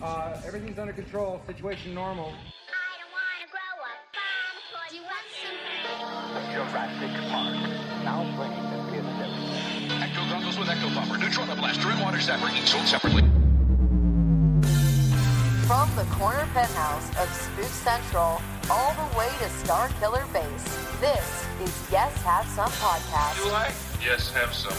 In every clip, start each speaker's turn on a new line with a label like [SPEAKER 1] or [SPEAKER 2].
[SPEAKER 1] Uh, everything's under control. Situation normal.
[SPEAKER 2] I don't wanna grow up. I'm forty. What's
[SPEAKER 3] Jurassic Park. Now playing the theater.
[SPEAKER 4] Ecto Grumpus with Ecto Bomber, Neutrona Blaster, and Water Zapper each sold separately.
[SPEAKER 5] From the corner penthouse of Spook Central all the way to Star Killer Base, this is Yes Have Some Podcast.
[SPEAKER 6] like? Yes, have some.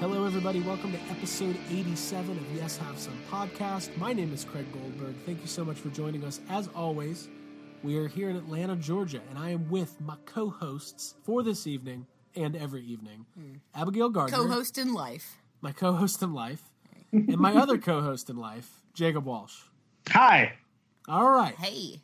[SPEAKER 7] Hello, everybody. Welcome to episode 87 of Yes Have Some podcast. My name is Craig Goldberg. Thank you so much for joining us. As always, we are here in Atlanta, Georgia, and I am with my co hosts for this evening and every evening Abigail Gardner,
[SPEAKER 8] Hmm. co-host in life.
[SPEAKER 7] my co host in life, and my other co host in life, Jacob Walsh.
[SPEAKER 9] Hi.
[SPEAKER 7] All right.
[SPEAKER 8] Hey,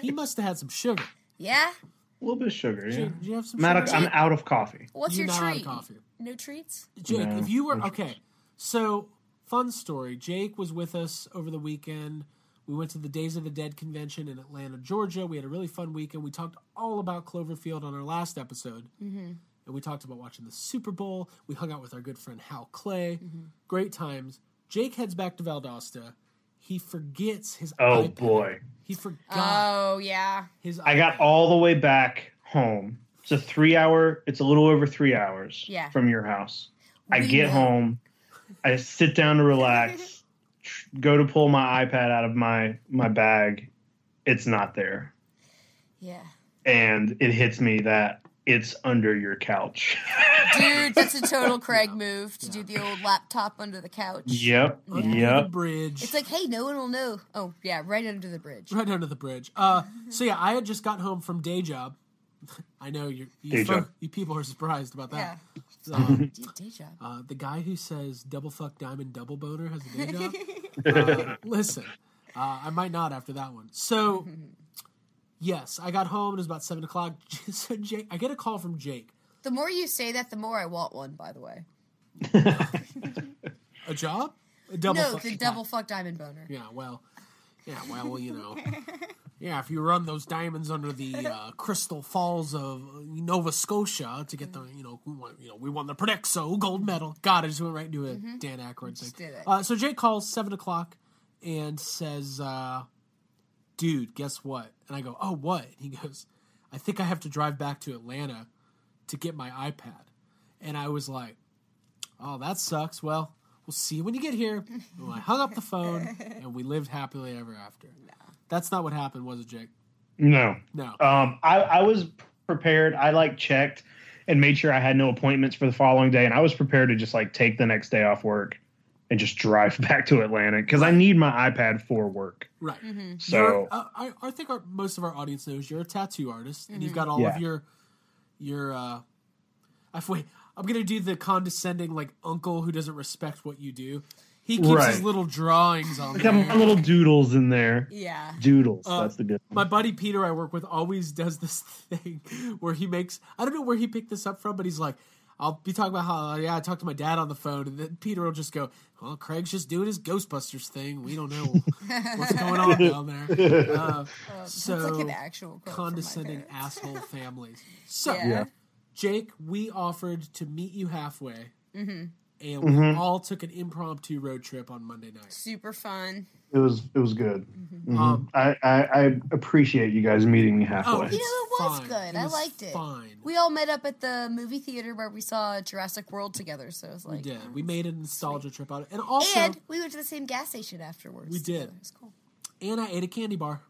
[SPEAKER 7] He must have had some sugar.
[SPEAKER 8] yeah.
[SPEAKER 9] A little bit of sugar, yeah.
[SPEAKER 7] Jake, did you have some
[SPEAKER 9] I'm out
[SPEAKER 7] sugar?
[SPEAKER 9] of, I'm out of coffee.
[SPEAKER 8] What's
[SPEAKER 7] You're
[SPEAKER 8] your
[SPEAKER 7] not out of
[SPEAKER 8] treat?
[SPEAKER 7] coffee.
[SPEAKER 8] No treats.
[SPEAKER 7] Jake,
[SPEAKER 9] No,
[SPEAKER 7] if you were
[SPEAKER 9] no
[SPEAKER 7] okay, so fun story. Jake was with us over the weekend. We went to the Days of the Dead convention in Atlanta, Georgia. We had a really fun weekend. We talked all about Cloverfield on our last episode, mm-hmm. and we talked about watching the Super Bowl. We hung out with our good friend Hal Clay.
[SPEAKER 8] Mm-hmm.
[SPEAKER 7] Great times. Jake heads back to Valdosta. He forgets his.
[SPEAKER 9] Oh
[SPEAKER 7] iPad.
[SPEAKER 9] boy.
[SPEAKER 7] He forgot
[SPEAKER 8] Oh yeah.
[SPEAKER 7] his.
[SPEAKER 9] I got all the way back home. It's a three hour, it's a little over three hours
[SPEAKER 8] Yeah.
[SPEAKER 9] from your house. I
[SPEAKER 8] We
[SPEAKER 9] get
[SPEAKER 8] know.
[SPEAKER 9] home, I sit down to relax, tr- go to pull my iPad out of my, my bag. It's not there.
[SPEAKER 8] Yeah.
[SPEAKER 9] And it hits me that it's under your couch.
[SPEAKER 8] Dude, that's a total Craig move to do the old laptop under the couch.
[SPEAKER 9] yep.
[SPEAKER 7] under the
[SPEAKER 9] Yep.
[SPEAKER 7] bridge.
[SPEAKER 8] It's like, hey, no one will know. Oh yeah, right under the bridge.
[SPEAKER 7] right under the bridge. Uh, so yeah, I had just got home from day job. I know you're, you
[SPEAKER 9] Day
[SPEAKER 7] folk-
[SPEAKER 9] job.
[SPEAKER 7] you people are surprised about
[SPEAKER 8] Yeah.
[SPEAKER 7] that. Um,
[SPEAKER 8] Dude, day job.
[SPEAKER 7] uh, the guy who says double fuck diamond double boner has a day job. Uh, listen, uh, I might not after that one. So yes, I got home. It was about seven o'clock. so Jake, I get a call from Jake.
[SPEAKER 8] The more you say that, the more I want one. By the way.
[SPEAKER 7] A job? A double?
[SPEAKER 8] no,
[SPEAKER 7] fuck
[SPEAKER 8] the
[SPEAKER 7] job.
[SPEAKER 8] double fuck diamond boner.
[SPEAKER 7] Yeah, well, yeah, well, you know, yeah. If you run those diamonds under the uh, crystal falls of Nova Scotia to get the, you know, we won, you know, we won the Predexo gold medal. God, I just went right into a Dan Aykroyd thing.
[SPEAKER 8] Mm-hmm. did it.
[SPEAKER 7] Uh, so Jake calls seven o'clock and says, uh, "Dude, guess what?" And I go, "Oh, what?" And he goes, "I think I have to drive back to Atlanta to get my iPad." And I was like, "Oh, that sucks." Well. We'll see you when you get here. Well, I hung up the phone and we lived happily ever after. That's not what happened, was it, Jake?
[SPEAKER 9] No.
[SPEAKER 7] No.
[SPEAKER 9] Um, I, I was prepared. I like checked and made sure I had no appointments for the following day, and I was prepared to just like take the next day off work and just drive back to Atlanta because I need my iPad for work.
[SPEAKER 7] right.
[SPEAKER 9] So
[SPEAKER 7] Uh, I, I think our, most of our audience knows you're a tattoo artist and you've got all
[SPEAKER 9] Yeah.
[SPEAKER 7] of your, your, uh, I, wait, I'm going to do the condescending, like, uncle who doesn't respect what you do. He keeps his
[SPEAKER 9] Right.
[SPEAKER 7] little drawings on
[SPEAKER 9] I got
[SPEAKER 7] there.
[SPEAKER 9] my little doodles in there.
[SPEAKER 8] Yeah.
[SPEAKER 9] Doodles.
[SPEAKER 7] Uh,
[SPEAKER 9] that's the good.
[SPEAKER 7] My
[SPEAKER 9] One.
[SPEAKER 7] buddy Peter, I work with, always does this thing where he makes. I don't know where he picked this up from, but he's like, I'll be talking about how, uh, yeah, I talked to my dad on the phone, and then Peter will just go, well, Craig's just doing his Ghostbusters thing. We don't know what's going on down there. Uh,
[SPEAKER 8] It's Oh, like
[SPEAKER 7] so,
[SPEAKER 8] an actual quote from my
[SPEAKER 7] condescending
[SPEAKER 8] parents.
[SPEAKER 7] asshole families. So,
[SPEAKER 8] Yeah. Yeah.
[SPEAKER 7] Jake, we offered to meet you
[SPEAKER 8] Mm-hmm.
[SPEAKER 7] halfway, and we all took an impromptu road trip on Monday night. Um,
[SPEAKER 8] Super fun.
[SPEAKER 9] it was it was good.
[SPEAKER 7] Mm-hmm.
[SPEAKER 9] Mhm. I, I I appreciate you guys meeting me halfway.
[SPEAKER 8] you know, it was good. I
[SPEAKER 7] oh, was
[SPEAKER 8] liked it. We all met up at the movie theater where we saw Jurassic World together. So it was
[SPEAKER 7] we
[SPEAKER 8] like,
[SPEAKER 7] did. We made a nostalgia trip out of it. And also,
[SPEAKER 8] and we went to the same gas station afterwards.
[SPEAKER 7] we did.
[SPEAKER 8] It's cool.
[SPEAKER 7] And I ate a candy bar.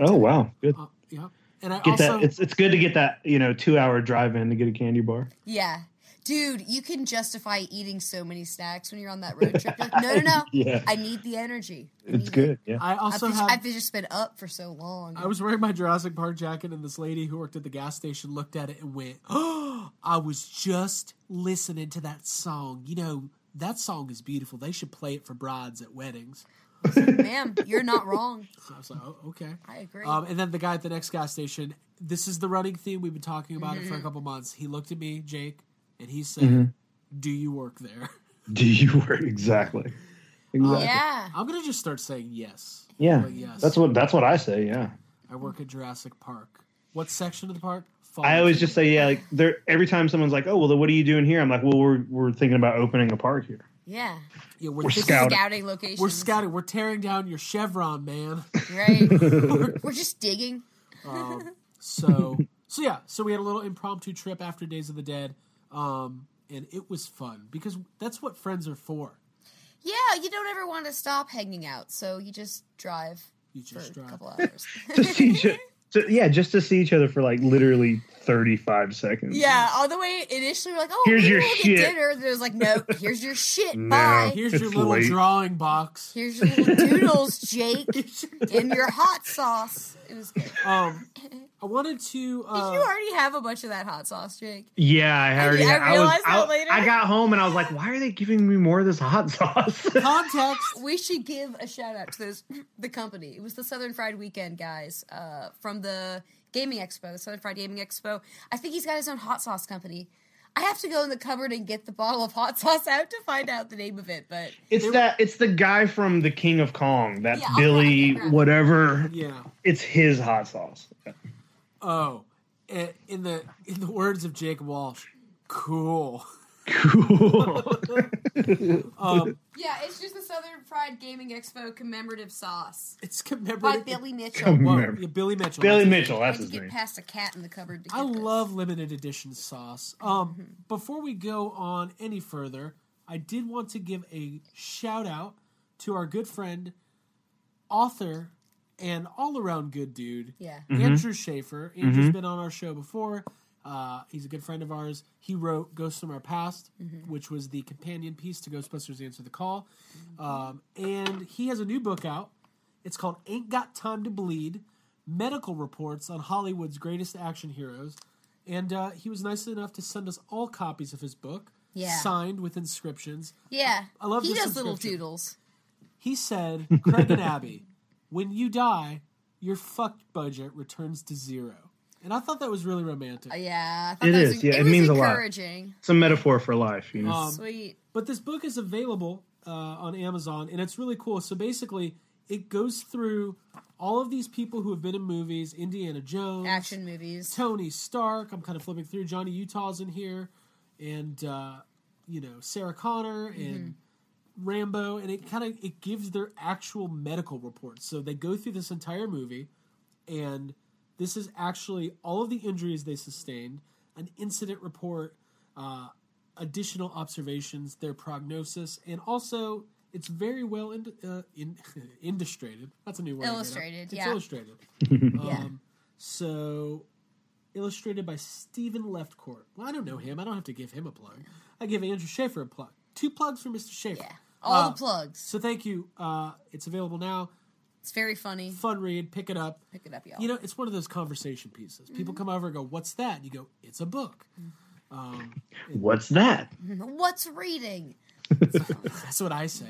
[SPEAKER 9] oh wow, good.
[SPEAKER 7] Yeah. And I
[SPEAKER 9] get
[SPEAKER 7] Uh, also,
[SPEAKER 9] that. It's it's good to get that you know two hour drive in to get a candy bar.
[SPEAKER 8] Yeah. Dude, you can justify eating so many snacks when you're on that road trip. You're like, no, no, no.
[SPEAKER 9] Yeah.
[SPEAKER 8] I need the energy.
[SPEAKER 9] It's good. Yeah.
[SPEAKER 7] I also
[SPEAKER 8] I've, just-
[SPEAKER 7] had-
[SPEAKER 8] I've just been up for so long.
[SPEAKER 7] I was wearing my Jurassic Park jacket, and this lady who worked at the gas station looked at it and went, "Oh, I was just listening to that song. You know, that song is beautiful. They should play it for brides at weddings."
[SPEAKER 8] Ma'am, you're not wrong.
[SPEAKER 7] So I was like, "Oh, okay."
[SPEAKER 8] I agree.
[SPEAKER 7] Um, and then the guy at the next gas station. This is the running theme we've been talking about it for a
[SPEAKER 8] Mhm.
[SPEAKER 7] couple months. He looked at me, Jake, and he said,
[SPEAKER 9] Mhm.
[SPEAKER 7] "Do you work there?"
[SPEAKER 9] Do you work exactly? Exactly.
[SPEAKER 8] Yeah.
[SPEAKER 7] I'm gonna just start saying yes.
[SPEAKER 9] Yeah.
[SPEAKER 7] But yes.
[SPEAKER 9] That's what that's what I say. Yeah.
[SPEAKER 7] I work at Jurassic Park. What section of the park?
[SPEAKER 9] I always just say yeah. Like there, every time someone's like, "Oh, well, then what are you doing here?" I'm like, "Well, we're we're thinking about opening a park here."
[SPEAKER 8] Yeah.
[SPEAKER 7] Yeah, we're,
[SPEAKER 9] We're
[SPEAKER 7] thinking-
[SPEAKER 9] scouting.
[SPEAKER 8] Scouting locations.
[SPEAKER 7] We're scouting. We're tearing down your chevron, man.
[SPEAKER 8] Right. We're just digging.
[SPEAKER 7] Um, so, so yeah. So we had a little impromptu trip after Days of the Dead, um, and it was fun because that's what friends are for.
[SPEAKER 8] Yeah, you don't ever want to stop hanging out, so you just drive
[SPEAKER 7] You just
[SPEAKER 8] for a
[SPEAKER 7] drive.
[SPEAKER 8] couple hours.
[SPEAKER 9] Just see each, so, yeah, just to see each other for like literally 35 seconds.
[SPEAKER 8] yeah, all the way initially we're like, oh,
[SPEAKER 9] Here's
[SPEAKER 8] maybe
[SPEAKER 9] your
[SPEAKER 8] we'll
[SPEAKER 9] shit.
[SPEAKER 8] get dinner. Then it was like, no, here's your shit.
[SPEAKER 9] No.
[SPEAKER 8] Bye.
[SPEAKER 7] Here's
[SPEAKER 9] It's
[SPEAKER 7] your little
[SPEAKER 9] late.
[SPEAKER 7] drawing box.
[SPEAKER 8] Here's your little doodles, Jake, and your hot sauce. It was good.
[SPEAKER 7] Um, I wanted to. Uh,
[SPEAKER 8] Did you already have a bunch of that hot sauce, Jake?
[SPEAKER 9] Yeah, I already.
[SPEAKER 8] I
[SPEAKER 9] I, was,
[SPEAKER 8] realized that
[SPEAKER 9] I,
[SPEAKER 8] later.
[SPEAKER 9] I got home and I was like, "Why are they giving me more of this hot sauce?"
[SPEAKER 7] context?
[SPEAKER 8] We should give a shout out to those the company. It was the Southern Fried Weekend guys uh, from the Gaming Expo, the Southern Fried Gaming Expo. I think he's got his own hot sauce company. I have to go in the cupboard and get the bottle of hot sauce out to find out the name of it, but
[SPEAKER 9] it's that. It's the guy from The King of Kong. That
[SPEAKER 8] Yeah, I'll
[SPEAKER 9] Billy,
[SPEAKER 8] grab it, grab it.
[SPEAKER 9] whatever.
[SPEAKER 7] Yeah.
[SPEAKER 9] It's his hot sauce.
[SPEAKER 7] Oh, i- in the in the words of Jake Walsh, cool.
[SPEAKER 9] Cool.
[SPEAKER 7] Um,
[SPEAKER 8] yeah, it's just the Southern Fried Gaming Expo commemorative sauce
[SPEAKER 7] it's
[SPEAKER 8] by
[SPEAKER 7] commemorative.
[SPEAKER 8] Billy Mitchell.
[SPEAKER 9] Come
[SPEAKER 7] Whoa,
[SPEAKER 9] here.
[SPEAKER 7] yeah, Billy Mitchell.
[SPEAKER 9] Billy
[SPEAKER 7] That's-
[SPEAKER 9] Mitchell.
[SPEAKER 8] I
[SPEAKER 9] That's
[SPEAKER 8] had to
[SPEAKER 9] his
[SPEAKER 8] get
[SPEAKER 9] name.
[SPEAKER 8] past a cat in the cupboard. To
[SPEAKER 7] I
[SPEAKER 8] get this.
[SPEAKER 7] love limited edition sauce. Um, Before we go on any further, I did want to give a shout out to our good friend, author, and all around good dude,
[SPEAKER 8] Yeah.
[SPEAKER 9] Mm-hmm.
[SPEAKER 7] Andrew Schaefer. Andrew's been on our show before. Uh, he's a good friend of ours. He wrote Ghosts from Our Past, which was the companion piece to Ghostbusters Answer the Call. Um, and he has a new book out. It's called Ain't Got Time to Bleed Medical Reports on Hollywood's Greatest Action Heroes. And uh, he was nice enough to send us all copies of his book,
[SPEAKER 8] Yeah.
[SPEAKER 7] signed with inscriptions.
[SPEAKER 8] Yeah,
[SPEAKER 7] I love
[SPEAKER 8] he
[SPEAKER 7] the
[SPEAKER 8] does little
[SPEAKER 7] subscription.
[SPEAKER 8] doodles.
[SPEAKER 7] He said, Craig and Abby, when you die, your fuck budget returns to zero. And I thought that was really romantic.
[SPEAKER 8] Uh, Yeah, I thought
[SPEAKER 9] It
[SPEAKER 8] that
[SPEAKER 9] is,
[SPEAKER 8] Was,
[SPEAKER 9] yeah,
[SPEAKER 8] it,
[SPEAKER 9] it
[SPEAKER 8] was
[SPEAKER 9] means a lot.
[SPEAKER 8] encouraging.
[SPEAKER 9] It's a metaphor for life. You know.
[SPEAKER 7] Um,
[SPEAKER 8] Sweet.
[SPEAKER 7] But this book is available uh, on Amazon, and it's really cool. So basically, it goes through all of these people who have been in movies: Indiana Jones,
[SPEAKER 8] Action movies.
[SPEAKER 7] Tony Stark. I'm kind of flipping through. Johnny Utah's in here, and uh, you know Sarah Connor and
[SPEAKER 8] Mm-hmm.
[SPEAKER 7] Rambo, and it kind of it gives their actual medical reports. So they go through this entire movie, and this is actually all of the injuries they sustained, an incident report, uh, additional observations, their prognosis, and also. It's very well in, uh, in, illustrated. That's a new word. I made up.
[SPEAKER 8] Illustrated,
[SPEAKER 7] It's
[SPEAKER 8] yeah.
[SPEAKER 7] illustrated.
[SPEAKER 8] yeah.
[SPEAKER 7] So, illustrated by Stephen Leftcourt. Well, I don't know him. I don't have to give him a plug. I give Andrew Schaefer a plug. Two plugs for Mr. Schaefer.
[SPEAKER 8] Yeah. All
[SPEAKER 7] Uh,
[SPEAKER 8] the plugs.
[SPEAKER 7] So thank you. Uh, it's available now.
[SPEAKER 8] It's very funny.
[SPEAKER 7] Fun read. Pick it up.
[SPEAKER 8] Pick it up, Mm-hmm. y'all.
[SPEAKER 7] You know, it's one of those conversation pieces. People come over and go, "What's that?" And you go, "It's a book."
[SPEAKER 9] What's that?
[SPEAKER 8] What's reading?
[SPEAKER 7] That's what I say.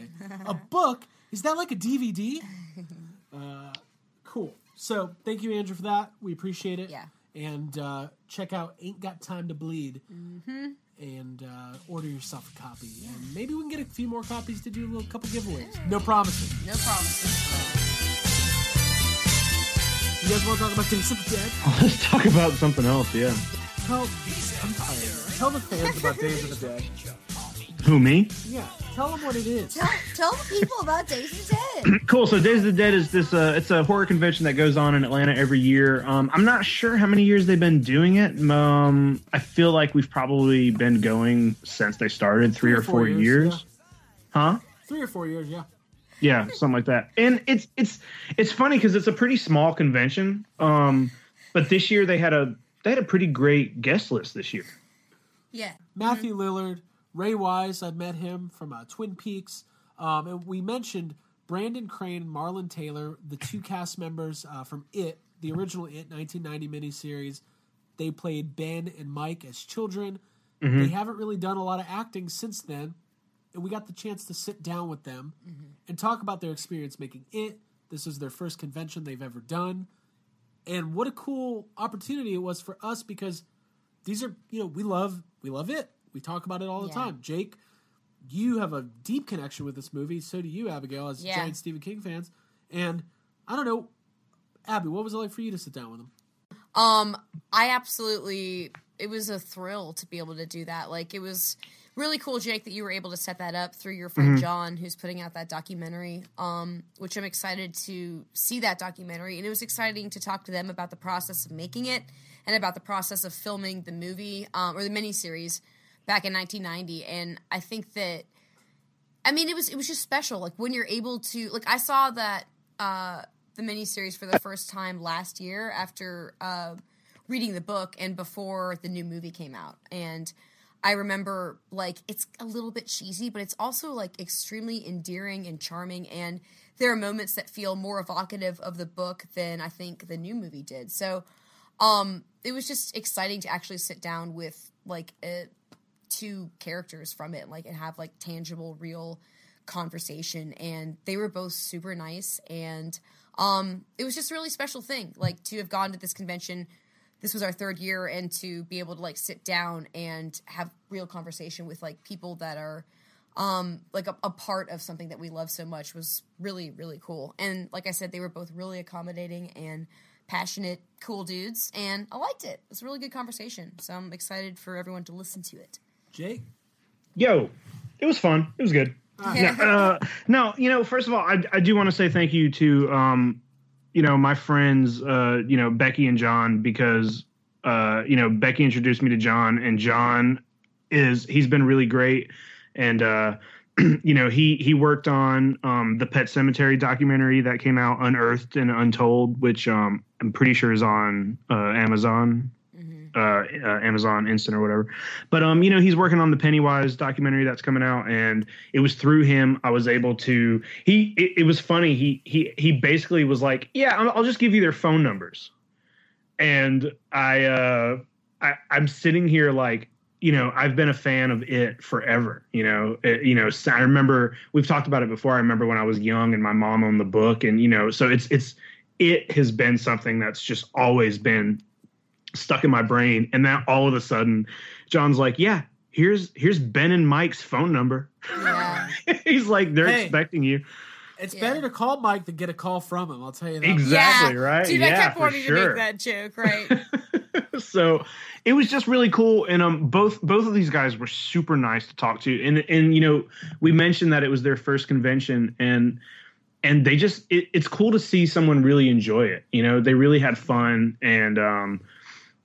[SPEAKER 7] a book is that like a DVD? Uh, cool. So thank you, Andrew, for that. We appreciate it.
[SPEAKER 8] Yeah.
[SPEAKER 7] And uh, check out "Ain't Got Time to Bleed" and uh, order yourself a copy. And maybe we can get a few more copies to do a little couple giveaways. No promises.
[SPEAKER 8] No promises.
[SPEAKER 7] You guys want to talk about Days of the Dead?
[SPEAKER 9] Let's talk about something else. Yeah.
[SPEAKER 7] Tell, I'm tired. Tell the fans about Days of the Dead.
[SPEAKER 9] Who me?
[SPEAKER 7] Yeah. Tell them what it is.
[SPEAKER 8] Tell, tell the people about Days of the Dead.
[SPEAKER 9] cool. So Days of the Dead is this. Uh, it's a horror convention that goes on in Atlanta every year. Um, I'm not sure how many years they've been doing it. Um, I feel like we've probably been going since they started, three, or four, years, huh?
[SPEAKER 7] Three or four years, yeah.
[SPEAKER 9] Yeah, something like that. And it's it's it's funny because it's a pretty small convention. Um, but this year they had a they had a pretty great guest list this year.
[SPEAKER 8] Yeah.
[SPEAKER 7] Matthew Lillard, Ray Wise, I met him from uh, Twin Peaks. Um, and we mentioned Brandon Crane, Marlon Taylor, the two cast members uh, from It, the original It 1990 miniseries. They played Ben and Mike as children.
[SPEAKER 9] Mhm.
[SPEAKER 7] They haven't really done a lot of acting since then. And we got the chance to sit down with them and talk about their experience making It. This is their first convention they've ever done. And what a cool opportunity it was for us because these are you know we love we love it we talk about it all the
[SPEAKER 8] Yeah.
[SPEAKER 7] time jake you have a deep connection with this movie so do you abigail as
[SPEAKER 8] Yeah.
[SPEAKER 7] giant stephen king fans and i don't know abby what was it like for you to sit down with him
[SPEAKER 8] Um, I absolutely. It was a thrill to be able to do that. Like it was really cool, Jake, that you were able to set that up through your friend
[SPEAKER 10] Mhm.
[SPEAKER 8] John, who's putting out that documentary. Um, which I'm excited to see that documentary, and it was exciting to talk to them about the process of making it and about the process of filming the movie um, or the miniseries back in 1990. And I think that I mean, it was it was just special. Like when you're able to like I saw that uh the miniseries for the first time last year after uh reading the book and before the new movie came out. And I remember like it's a little bit cheesy, but it's also like extremely endearing and charming and there are moments that feel more evocative of the book than I think the new movie did. So um it was just exciting to actually sit down with like a two characters from it like and have like tangible real conversation and they were both super nice and um it was just a really special thing like to have gone to this convention this was our third year and to be able to like sit down and have real conversation with like people that are um like a, a part of something that we love so much was really really cool and like i said they were both really accommodating and passionate cool dudes and i liked it it was a really good conversation so i'm excited for everyone to listen to it
[SPEAKER 7] jake
[SPEAKER 9] Yo, it was fun. It was good.
[SPEAKER 8] Yeah.
[SPEAKER 9] No, uh, no, you know, first of all, I, I do want to say thank you to, um, you know, my friends, uh, you know, Becky and John, because, uh, you know, Becky introduced me to John, and John is, he's been really great. And, uh, you know, he, he worked on um, the Pet Cemetery documentary that came out, Unearthed and Untold, which um, I'm pretty sure is on uh, Amazon uh, uh, Amazon Instant or whatever. But um, you know, he's working on the Pennywise documentary that's coming out, and it was through him I was able to. He it, it was funny. He he he basically was like, yeah, I'll, I'll just give you their phone numbers, and I uh I I'm sitting here like. You know, I've been a fan of it forever. You know, it, you know. so I remember we've talked about it before. I remember when I was young and my mom owned the book, and you know, so it's it's it has been something that's just always been stuck in my brain and then all of a sudden john's like yeah here's here's ben and mike's phone number he's like they're
[SPEAKER 7] Hey.
[SPEAKER 9] expecting you
[SPEAKER 7] it's better to call mike than get a call from him i'll tell you that
[SPEAKER 9] Exactly, Yeah. right? Dude, I Yeah, kept for wanting to make sure.
[SPEAKER 8] that joke right
[SPEAKER 9] so it was just really cool and um both both of these guys were super nice to talk to and and you know we mentioned that it was their first convention and and they just it, it's cool to see someone really enjoy it you know they really had fun and um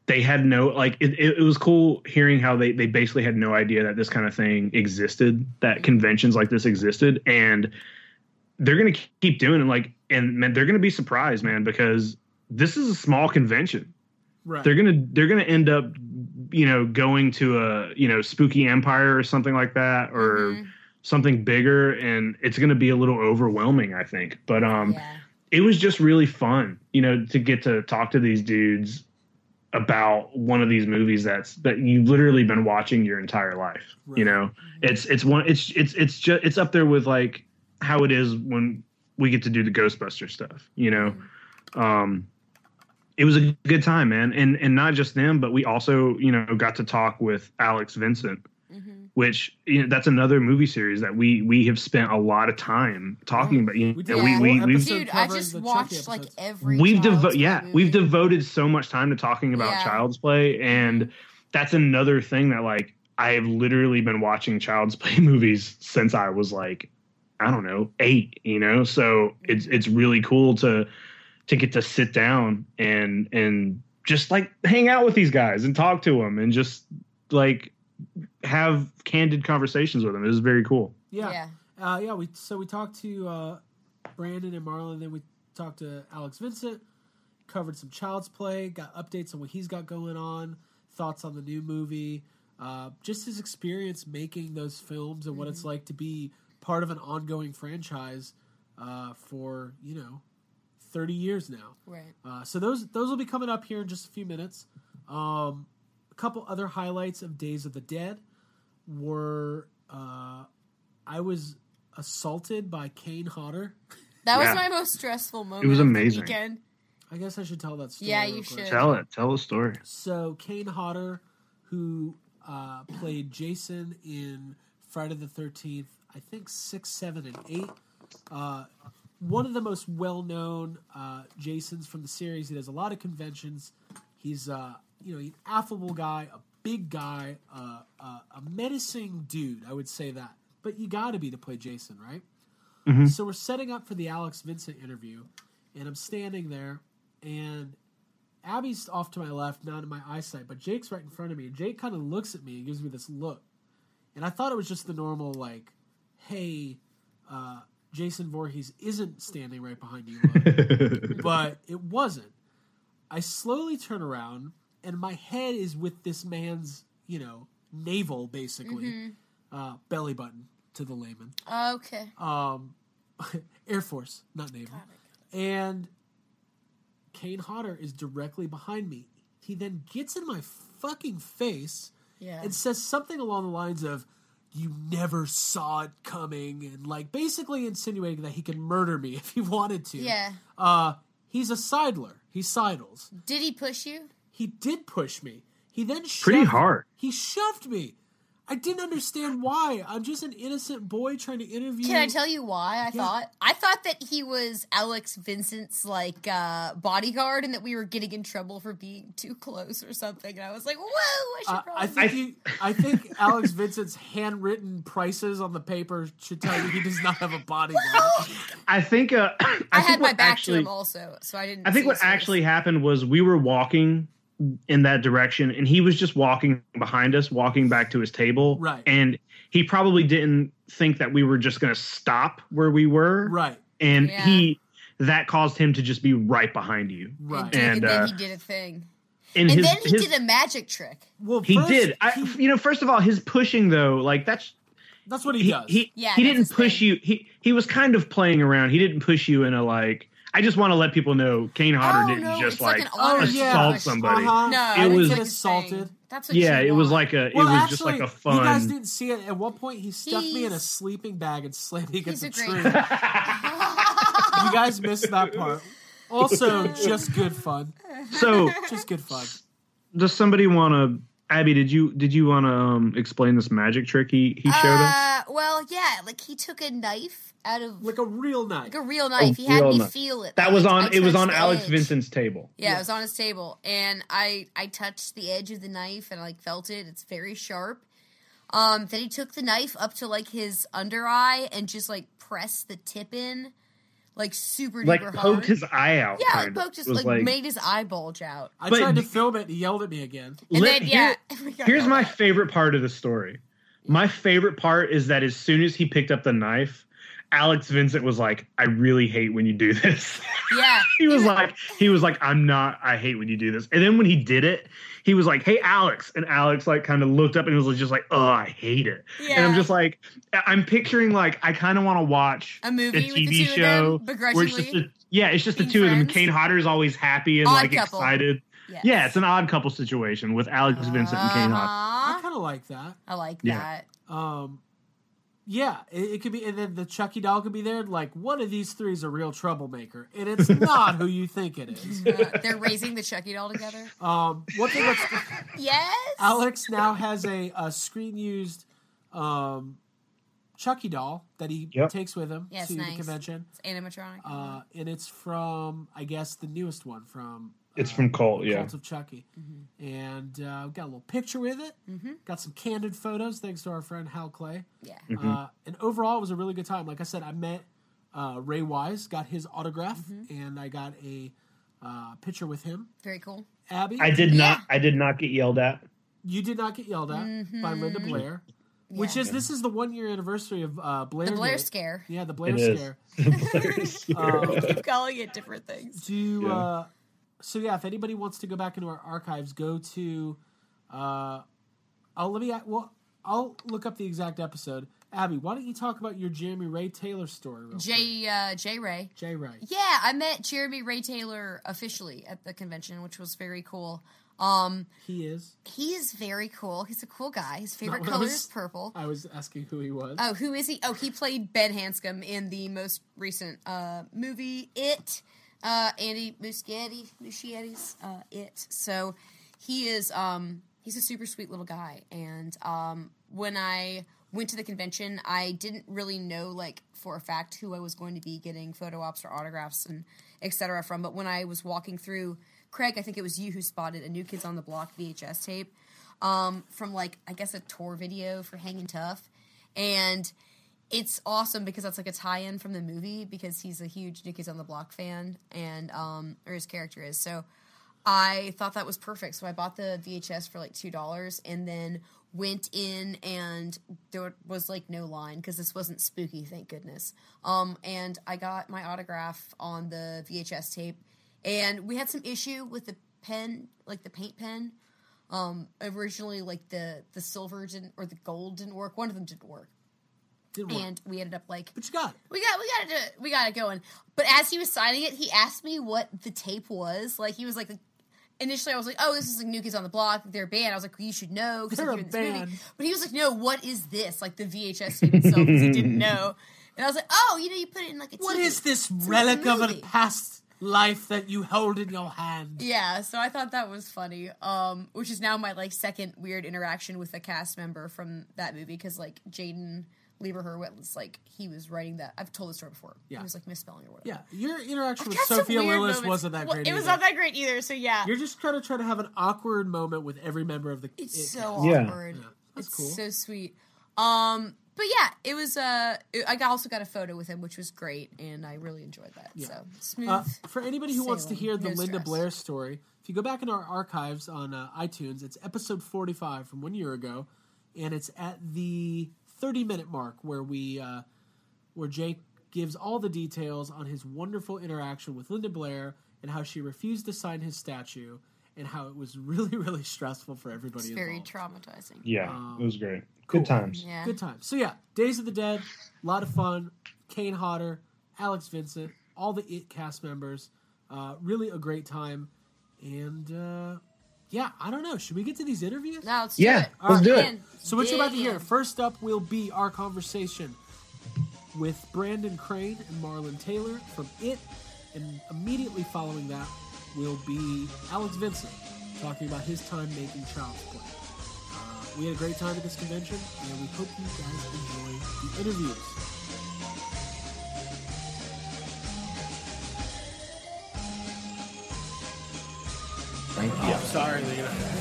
[SPEAKER 9] they had no like it, it, it was cool hearing how they they basically had no idea that this kind of thing existed that conventions like this existed and they're gonna keep doing it like and man they're gonna be surprised man because this is a small convention
[SPEAKER 7] right
[SPEAKER 9] they're gonna they're gonna end up you know going to a you know spooky empire or something like that or something bigger and it's gonna be a little overwhelming i think but um it was just really fun you know to get to talk to these dudes about one of these movies that's that you've literally been watching your entire life you know it's it's one it's it's it's just it's up there with like how it is when we get to do the ghostbuster stuff you know um it was a good time, man, and and not just them, but we also you know got to talk with Alex Vincent, which you know that's another movie series that we we have spent a lot of time talking about. You know,
[SPEAKER 7] Oh, did
[SPEAKER 9] we
[SPEAKER 7] a
[SPEAKER 9] we
[SPEAKER 7] whole
[SPEAKER 9] we've,
[SPEAKER 8] dude i just watched like every
[SPEAKER 9] we've devo-
[SPEAKER 8] child's
[SPEAKER 9] yeah
[SPEAKER 8] movie.
[SPEAKER 9] we've devoted so much time to talking about
[SPEAKER 8] Yeah.
[SPEAKER 9] Child's Play, and that's another thing that like I have literally been watching Child's Play movies since I was like, I don't know, eight. You know, so it's
[SPEAKER 8] Mm-hmm.
[SPEAKER 9] it's really cool to to get to sit down and and just like hang out with these guys and talk to them and just like have candid conversations with them. It was very cool.
[SPEAKER 7] Yeah. Yeah. Uh, yeah we so we talked to uh, Brandon and Marlon, then we talked to Alex Vincent, covered some Child's Play, got updates on what he's got going on, thoughts on the new movie, uh, just his experience making those films and what it's like to be part of an ongoing franchise uh, for you know thirty years now.
[SPEAKER 8] Right.
[SPEAKER 7] Uh, so those those will be coming up here in just a few minutes. Um, a couple other highlights of Days of the Dead were uh, I was assaulted by Kane Hodder.
[SPEAKER 8] That
[SPEAKER 9] Yeah.
[SPEAKER 8] was my most stressful moment.
[SPEAKER 9] was
[SPEAKER 8] of the
[SPEAKER 9] amazing.
[SPEAKER 8] weekend.
[SPEAKER 7] I guess I should tell that story.
[SPEAKER 8] Yeah,
[SPEAKER 7] real
[SPEAKER 8] you
[SPEAKER 7] quick.
[SPEAKER 8] should.
[SPEAKER 9] Tell it. Tell a story.
[SPEAKER 7] So Kane Hodder, who uh, played Jason in Friday the Thirteenth, I think six, seven, and eight. Uh, one of the most well-known uh, Jasons from the series. He does a lot of conventions. He's uh, you know an affable guy, a big guy, uh, uh, a menacing dude. I would say that. But you got to be to play Jason, right? So we're setting up for the Alex Vincent interview, and I'm standing there, and Abby's off to my left, not in my eyesight, but Jake's right in front of me. And Jake kind of looks at me and gives me this look. And I thought it was just the normal, like, hey, uh, Jason Voorhees isn't standing right behind you look. but it wasn't. I slowly turn around, and my head is with this man's, you know, navel, basically, uh, belly button to the layman
[SPEAKER 8] Okay.
[SPEAKER 9] Uh,
[SPEAKER 7] um, Air Force, not Naval. And Kane Hodder is directly behind me. He then gets in my fucking face
[SPEAKER 8] Yeah.
[SPEAKER 7] and says something along the lines of, You never saw it coming. And like basically insinuating that he could murder me if he wanted to.
[SPEAKER 8] Yeah.
[SPEAKER 7] Uh, he's a sidler. He sidles.
[SPEAKER 8] Did he push you?
[SPEAKER 7] He did push me. He then shoved,
[SPEAKER 9] Pretty hard.
[SPEAKER 7] He shoved me. I didn't understand why. I'm just an innocent boy trying to interview.
[SPEAKER 8] Can I tell you why I thought? I thought that he was Alex Vincent's like uh, bodyguard, and that we were getting in trouble for being too close or something. And I was like, "Whoa,
[SPEAKER 9] Uh,
[SPEAKER 8] I should
[SPEAKER 7] I, I
[SPEAKER 8] probably."
[SPEAKER 7] think you, I think Alex Vincent's handwritten prices on the paper should tell you he does not have a bodyguard.
[SPEAKER 9] I think. Uh, I,
[SPEAKER 8] I,
[SPEAKER 9] think
[SPEAKER 8] had my
[SPEAKER 9] what
[SPEAKER 8] back
[SPEAKER 9] actually,
[SPEAKER 8] to him also, so I didn't.
[SPEAKER 9] I think
[SPEAKER 8] see
[SPEAKER 9] what
[SPEAKER 8] his face.
[SPEAKER 9] actually happened was we were walking in that direction, and he was just walking behind us, walking back to his table.
[SPEAKER 7] Right.
[SPEAKER 9] And he probably didn't think that we were just going to stop where we were.
[SPEAKER 7] right,
[SPEAKER 9] And
[SPEAKER 8] Yeah.
[SPEAKER 9] he that caused him to just be right behind you.
[SPEAKER 7] right.
[SPEAKER 8] Dude, and,
[SPEAKER 9] and,
[SPEAKER 8] then
[SPEAKER 9] uh,
[SPEAKER 8] he did a thing,
[SPEAKER 9] And,
[SPEAKER 8] and
[SPEAKER 9] his,
[SPEAKER 8] then he
[SPEAKER 9] his-
[SPEAKER 8] did a magic trick.
[SPEAKER 7] Well,
[SPEAKER 9] he
[SPEAKER 7] first,
[SPEAKER 9] did. I,
[SPEAKER 7] he-
[SPEAKER 9] you know, first of all, his pushing though, like that's
[SPEAKER 7] that's what he,
[SPEAKER 9] he
[SPEAKER 7] does.
[SPEAKER 9] he,
[SPEAKER 8] Yeah,
[SPEAKER 9] he
[SPEAKER 8] that's
[SPEAKER 9] didn't
[SPEAKER 8] his
[SPEAKER 9] push
[SPEAKER 8] thing.
[SPEAKER 9] you. He he was kind of playing around. He didn't push you in a like. I just want to let people know Kane Hodder
[SPEAKER 8] Oh,
[SPEAKER 9] didn't
[SPEAKER 8] no,
[SPEAKER 9] just
[SPEAKER 8] it's like oh,
[SPEAKER 9] like,
[SPEAKER 8] an honor
[SPEAKER 9] assault
[SPEAKER 8] system.
[SPEAKER 9] somebody.
[SPEAKER 7] Oh, Uh-huh.
[SPEAKER 8] No,
[SPEAKER 7] I
[SPEAKER 9] it
[SPEAKER 7] didn't
[SPEAKER 9] was-
[SPEAKER 7] get
[SPEAKER 8] that's what he's saying.
[SPEAKER 7] assaulted.
[SPEAKER 8] That's what
[SPEAKER 9] Yeah,
[SPEAKER 8] you
[SPEAKER 9] it was
[SPEAKER 8] want.
[SPEAKER 9] like a. It
[SPEAKER 7] Well,
[SPEAKER 9] was
[SPEAKER 7] actually,
[SPEAKER 9] just like a
[SPEAKER 7] You guys
[SPEAKER 9] fun.
[SPEAKER 7] didn't see it. At one point, he stuffed me in a
[SPEAKER 8] He's-
[SPEAKER 7] sleeping bag and slammed me against the
[SPEAKER 8] He's a
[SPEAKER 7] tree.
[SPEAKER 8] great
[SPEAKER 7] you guys missed that part. Also, just good fun.
[SPEAKER 9] So
[SPEAKER 7] Just good fun.
[SPEAKER 9] does somebody want to? Abby, did you did you want to um, explain this magic trick he he showed us?
[SPEAKER 8] Uh, well, yeah, like he took a knife out of
[SPEAKER 7] Like a real night.
[SPEAKER 8] like a real knife. He had
[SPEAKER 9] Oh, real
[SPEAKER 8] me
[SPEAKER 9] knife.
[SPEAKER 8] feel it.
[SPEAKER 9] That
[SPEAKER 8] I
[SPEAKER 9] was
[SPEAKER 8] t- I
[SPEAKER 9] on. It was
[SPEAKER 8] touched
[SPEAKER 9] on
[SPEAKER 8] the
[SPEAKER 9] Alex
[SPEAKER 8] edge.
[SPEAKER 9] Vincent's table.
[SPEAKER 8] Yeah, it was on his table, and I I touched the edge of the knife and like felt it. It's very sharp. Um, then he took the knife up to like his under eye and just like pressed the tip in, like super
[SPEAKER 9] Like
[SPEAKER 8] duper
[SPEAKER 9] poked
[SPEAKER 8] hard.
[SPEAKER 9] his eye out.
[SPEAKER 8] yeah, like
[SPEAKER 9] kinda.
[SPEAKER 8] poked his
[SPEAKER 9] Was
[SPEAKER 8] like, made his eye bulge out.
[SPEAKER 7] I
[SPEAKER 9] But
[SPEAKER 7] tried to
[SPEAKER 9] d-
[SPEAKER 7] film it. and He yelled at me again.
[SPEAKER 8] And
[SPEAKER 9] Let-
[SPEAKER 8] then yeah, Oh
[SPEAKER 9] here-
[SPEAKER 8] we got
[SPEAKER 9] Here's
[SPEAKER 8] yelled
[SPEAKER 9] my
[SPEAKER 8] at.
[SPEAKER 9] favorite part of the story. My favorite part is that as soon as he picked up the knife, Alex Vincent was like, "I really hate when you do this."
[SPEAKER 8] yeah.
[SPEAKER 9] he was like, "He was like, I'm not. I hate when you do this." And then when he did it, he was like, "Hey, Alex," and Alex like kind of looked up and was just like, "Oh, I hate it." And I'm
[SPEAKER 8] Yeah.
[SPEAKER 9] just like, I- I'm picturing like I kind of want to watch
[SPEAKER 8] A movie with the
[SPEAKER 9] TV
[SPEAKER 8] two of them,
[SPEAKER 9] show where it's
[SPEAKER 8] begrudgingly,
[SPEAKER 9] just a, yeah, it's just the
[SPEAKER 8] being
[SPEAKER 9] two of them.
[SPEAKER 8] friends.
[SPEAKER 9] Kane Hodder is always happy and
[SPEAKER 8] Odd
[SPEAKER 9] like
[SPEAKER 8] couple.
[SPEAKER 9] excited.
[SPEAKER 8] Yes.
[SPEAKER 9] Yeah, it's an odd couple situation with Alex Vincent and Kane Hodder.
[SPEAKER 7] I
[SPEAKER 8] Uh-huh.
[SPEAKER 7] kind of like that.
[SPEAKER 8] I like
[SPEAKER 9] Yeah.
[SPEAKER 8] that.
[SPEAKER 7] Um, yeah, it, it could be, and then the Chucky doll could be there. and, Like one of these three is a real troublemaker, and it's not who you think it is.
[SPEAKER 8] Uh, they're raising the Chucky doll together.
[SPEAKER 7] Um, one thing that's
[SPEAKER 8] Yes.
[SPEAKER 7] Alex now has a, a screen used um, Chucky doll that he
[SPEAKER 9] Yep.
[SPEAKER 7] takes with him
[SPEAKER 8] Yeah, it's
[SPEAKER 7] to the
[SPEAKER 8] nice.
[SPEAKER 7] convention,
[SPEAKER 8] It's animatronic.
[SPEAKER 7] uh, and it's from I guess the newest one from
[SPEAKER 9] It's from Colt, yeah.
[SPEAKER 7] Cult of Chucky. And uh, got a little picture with it. Got some candid photos thanks to our friend Hal Clay.
[SPEAKER 8] Yeah.
[SPEAKER 9] Mm-hmm.
[SPEAKER 7] Uh, and overall, it was a really good time. Like I said, I met uh, Ray Wise, got his autograph,
[SPEAKER 8] Mm-hmm.
[SPEAKER 7] and I got a uh, picture with him.
[SPEAKER 8] Very cool.
[SPEAKER 7] Abby,
[SPEAKER 9] I did not. I did not get yelled at.
[SPEAKER 7] You did not get yelled at
[SPEAKER 8] Mm-hmm.
[SPEAKER 7] by Linda Blair, which is this is the one year anniversary of uh, Blair.
[SPEAKER 8] The Blair
[SPEAKER 7] Gate.
[SPEAKER 8] scare.
[SPEAKER 7] Yeah, the Blair
[SPEAKER 9] It is.
[SPEAKER 7] scare. Uh,
[SPEAKER 8] We keep calling it different things.
[SPEAKER 7] Do you,
[SPEAKER 9] Yeah.
[SPEAKER 7] uh, so yeah. If anybody wants to go back into our archives, go to. Uh, I'll let me. Well, I'll look up the exact episode. Abby, why don't you talk about your Jeremy Ray Taylor story? Real quick?
[SPEAKER 8] Jay uh, J Ray.
[SPEAKER 7] Jay Ray.
[SPEAKER 8] Yeah, I met Jeremy Ray Taylor officially at the convention, which was very cool. Um,
[SPEAKER 7] He is.
[SPEAKER 8] he is very cool. He's a cool guy. His favorite
[SPEAKER 7] what I
[SPEAKER 8] color
[SPEAKER 7] was-
[SPEAKER 8] is purple.
[SPEAKER 7] I was asking who he was.
[SPEAKER 8] Oh, who is he? Oh, he played Ben Hanscom in the most recent uh, movie, It. Uh, Andy Muschietti, Muschietti's uh, It. So he is um, he's a super sweet little guy. And um, when I went to the convention, I didn't really know like for a fact who I was going to be getting photo ops or autographs and etc. from. But when I was walking through, Craig, I think it was you who spotted a New Kids on the Block VHS tape um, from like I guess a tour video for Hanging Tough, and it's awesome because that's like a tie-in from the movie because he's a huge New Kids on the Block fan and um, or his character is. So I thought that was perfect. So I bought the VHS for like two dollars and then went in and there was like no line because this wasn't spooky, thank goodness. Um, and I got my autograph on the VHS tape, and we had some issue with the pen, like the paint pen um originally like the the silver didn't or the gold didn't work one of them didn't work
[SPEAKER 7] Didn't work.
[SPEAKER 8] and we ended up like
[SPEAKER 7] But you got it.
[SPEAKER 8] we got we got to do it we got it going but as he was signing it he asked me what the tape was like he was like initially i was like oh this is like new kids on the block they're a band i was like well, you should know because
[SPEAKER 7] They're a
[SPEAKER 8] you're in this movie
[SPEAKER 7] band.
[SPEAKER 8] but he was like no what is this like the vhs tape itself 'cause he didn't know and i was like oh you know you put it in like a
[SPEAKER 7] What
[SPEAKER 8] TV.
[SPEAKER 7] is this
[SPEAKER 8] It's in
[SPEAKER 7] relic of a
[SPEAKER 8] movie."
[SPEAKER 7] past life that you hold in your hand?
[SPEAKER 8] Yeah, so I thought that was funny. Um, which is now my like second weird interaction with a cast member from that movie because like Jaden Lieberher was like he was writing that. I've told the story before.
[SPEAKER 7] Yeah.
[SPEAKER 8] he was like misspelling or whatever.
[SPEAKER 7] Yeah, your interaction with
[SPEAKER 8] Got some
[SPEAKER 7] Sophia
[SPEAKER 8] weird
[SPEAKER 7] Lillis
[SPEAKER 8] moments.
[SPEAKER 7] wasn't that
[SPEAKER 8] Well,
[SPEAKER 7] great.
[SPEAKER 8] It was
[SPEAKER 7] either.
[SPEAKER 8] not that great either. So yeah,
[SPEAKER 7] You're just kind of trying to have an awkward moment with every member of the.
[SPEAKER 8] it's
[SPEAKER 7] it-
[SPEAKER 8] so
[SPEAKER 9] Yeah.
[SPEAKER 8] awkward.
[SPEAKER 7] Yeah, that's
[SPEAKER 8] it's
[SPEAKER 7] cool.
[SPEAKER 8] so sweet. Um, but yeah, it was. Uh, it- I got- also got a photo with him, which was great, and I really enjoyed that. So smooth.
[SPEAKER 7] Uh, for anybody who wants to
[SPEAKER 8] sailing,
[SPEAKER 7] hear the
[SPEAKER 8] no
[SPEAKER 7] Linda
[SPEAKER 8] stress.
[SPEAKER 7] Blair story, if you go back in our archives on uh, iTunes, it's episode 45 from one year ago, and it's at the 30 minute mark where we uh, where Jake gives all the details on his wonderful interaction with Linda Blair and how she refused to sign his statue and how it was really really stressful for everybody
[SPEAKER 8] it's
[SPEAKER 7] involved.
[SPEAKER 8] very traumatizing.
[SPEAKER 9] Yeah, it was great. Good times.
[SPEAKER 8] Yeah.
[SPEAKER 7] Good time. So yeah, Days of the Dead, a lot of fun. Kane Hodder, Alex Vincent, all the It cast members. Uh, really a great time. And uh, yeah, I don't know. Should we get to these interviews?
[SPEAKER 8] Now let's
[SPEAKER 9] Yeah,
[SPEAKER 8] do it.
[SPEAKER 9] let's do it.
[SPEAKER 8] In.
[SPEAKER 7] So what you're about to
[SPEAKER 8] Dig
[SPEAKER 7] hear
[SPEAKER 8] in.
[SPEAKER 7] first up will be our conversation with Brandon Crane and Marlon Taylor from It, and immediately following that will be Alex Vincent talking about his time making Child's Play. Uh, we had a great time at this convention, and we hope you guys enjoy the interviews.
[SPEAKER 10] Yeah.
[SPEAKER 7] Sorry,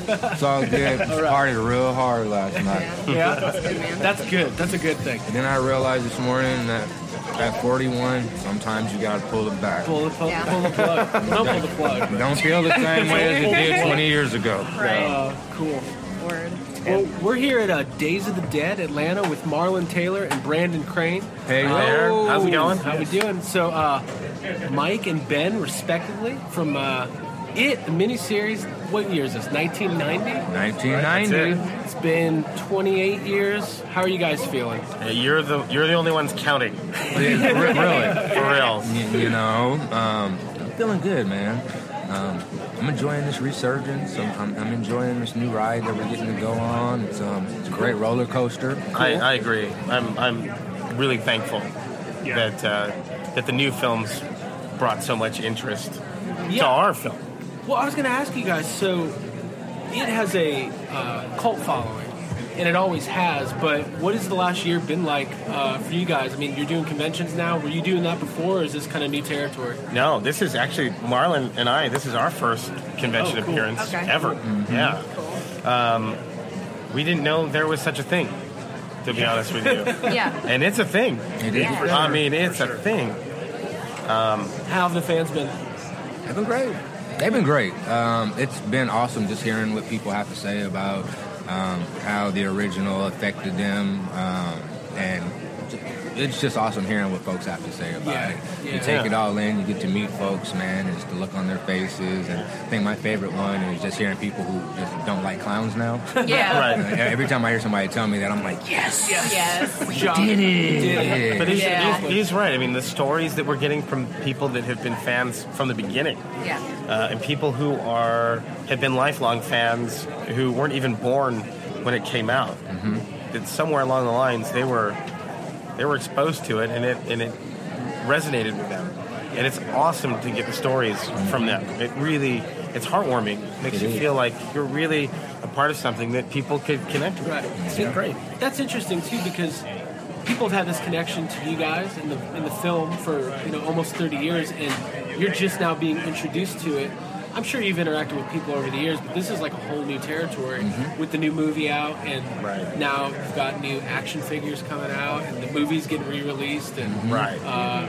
[SPEAKER 10] It's all good. Partied real hard last night.
[SPEAKER 11] Yeah, that's good, That's good. That's a good thing.
[SPEAKER 10] And then I realized this morning that at 41, sometimes you gotta pull it back.
[SPEAKER 11] Pull the, pull, pull the plug. Don't pull the plug.
[SPEAKER 10] Don't feel the same way as it did 20 years ago.
[SPEAKER 11] Uh, cool. Well, we're here at uh, Days of the Dead, Atlanta, with Marlon Taylor and Brandon Crane. Uh,
[SPEAKER 10] Hey there. How's it going?
[SPEAKER 11] How we doing? So, uh, Mike and Ben, respectively, from uh, It, the miniseries. What year is this? 1990.
[SPEAKER 10] 1990.
[SPEAKER 11] It's been 28 years. How are you guys feeling?
[SPEAKER 12] You're the you're the only ones counting.
[SPEAKER 10] Yeah, re- really.
[SPEAKER 12] For real.
[SPEAKER 10] You, you know, um, I'm feeling good, man. Um, I'm enjoying this resurgence. I'm, I'm, I'm enjoying this new ride that we're getting to go on. It's, um, it's a great roller coaster.
[SPEAKER 12] I, I agree. I'm I'm really thankful that uh, that the new films brought so much interest to
[SPEAKER 11] Yeah.
[SPEAKER 12] our film.
[SPEAKER 11] Well, I was going to ask you guys. So, it has a uh, cult following,
[SPEAKER 7] and it always has. But what has the last year been like uh, for you guys? I mean, you're doing conventions now. Were you doing that before, or is this kind of new territory?
[SPEAKER 12] No, this is actually Marlon and I. This is our first convention
[SPEAKER 7] Oh, cool.
[SPEAKER 12] appearance
[SPEAKER 7] Okay.
[SPEAKER 12] ever.
[SPEAKER 11] Mm-hmm.
[SPEAKER 12] Yeah, um, we didn't know there was such a thing. To be honest with you,
[SPEAKER 13] Yeah.
[SPEAKER 12] and it's a thing.
[SPEAKER 8] It is, for
[SPEAKER 12] I
[SPEAKER 8] sure.
[SPEAKER 12] mean, it's a thing. Um,
[SPEAKER 7] How have the fans been?
[SPEAKER 8] They've been great. They've been great. Um, it's been awesome just hearing what people have to say about um, how the original affected them, um, and it's just awesome hearing what folks have to say about
[SPEAKER 7] Yeah,
[SPEAKER 8] it.
[SPEAKER 7] yeah.
[SPEAKER 8] You take it
[SPEAKER 7] Yeah.
[SPEAKER 8] all in. You get to meet folks, man, and just the look on their faces. And I think my favorite one is just hearing people who just don't like clowns now.
[SPEAKER 9] Yeah. Right.
[SPEAKER 8] And Every time I hear somebody tell me that, I'm like, yes,
[SPEAKER 9] Yes.
[SPEAKER 8] we did it.
[SPEAKER 12] But he's,
[SPEAKER 9] Yeah.
[SPEAKER 12] he's, he's right. I mean, the stories that we're getting from people that have been fans from the beginning,
[SPEAKER 9] Yeah.
[SPEAKER 12] uh, and people who are have been lifelong fans who weren't even born when it came out.
[SPEAKER 8] Mm-hmm.
[SPEAKER 12] That somewhere along the lines they were they were exposed to it, and it and it resonated with them. And it's awesome to get the stories from them. It really it's heartwarming. makes
[SPEAKER 8] Mm-hmm. It
[SPEAKER 12] you
[SPEAKER 8] is.
[SPEAKER 12] feel like you're really a part of something that people could connect with.
[SPEAKER 7] Right.
[SPEAKER 12] It's
[SPEAKER 7] Yeah.
[SPEAKER 12] great.
[SPEAKER 7] That's interesting too because people have had this connection to you guys in the in the film for you know almost 30 years, and you're just now being introduced to it. I'm sure you've interacted with people over the years, but this is like a whole new territory
[SPEAKER 12] Mm-hmm.
[SPEAKER 7] with the new movie out, and now you've got new action figures coming out, and the movie's getting re-released, and
[SPEAKER 12] Mhm. Right.
[SPEAKER 7] Uh,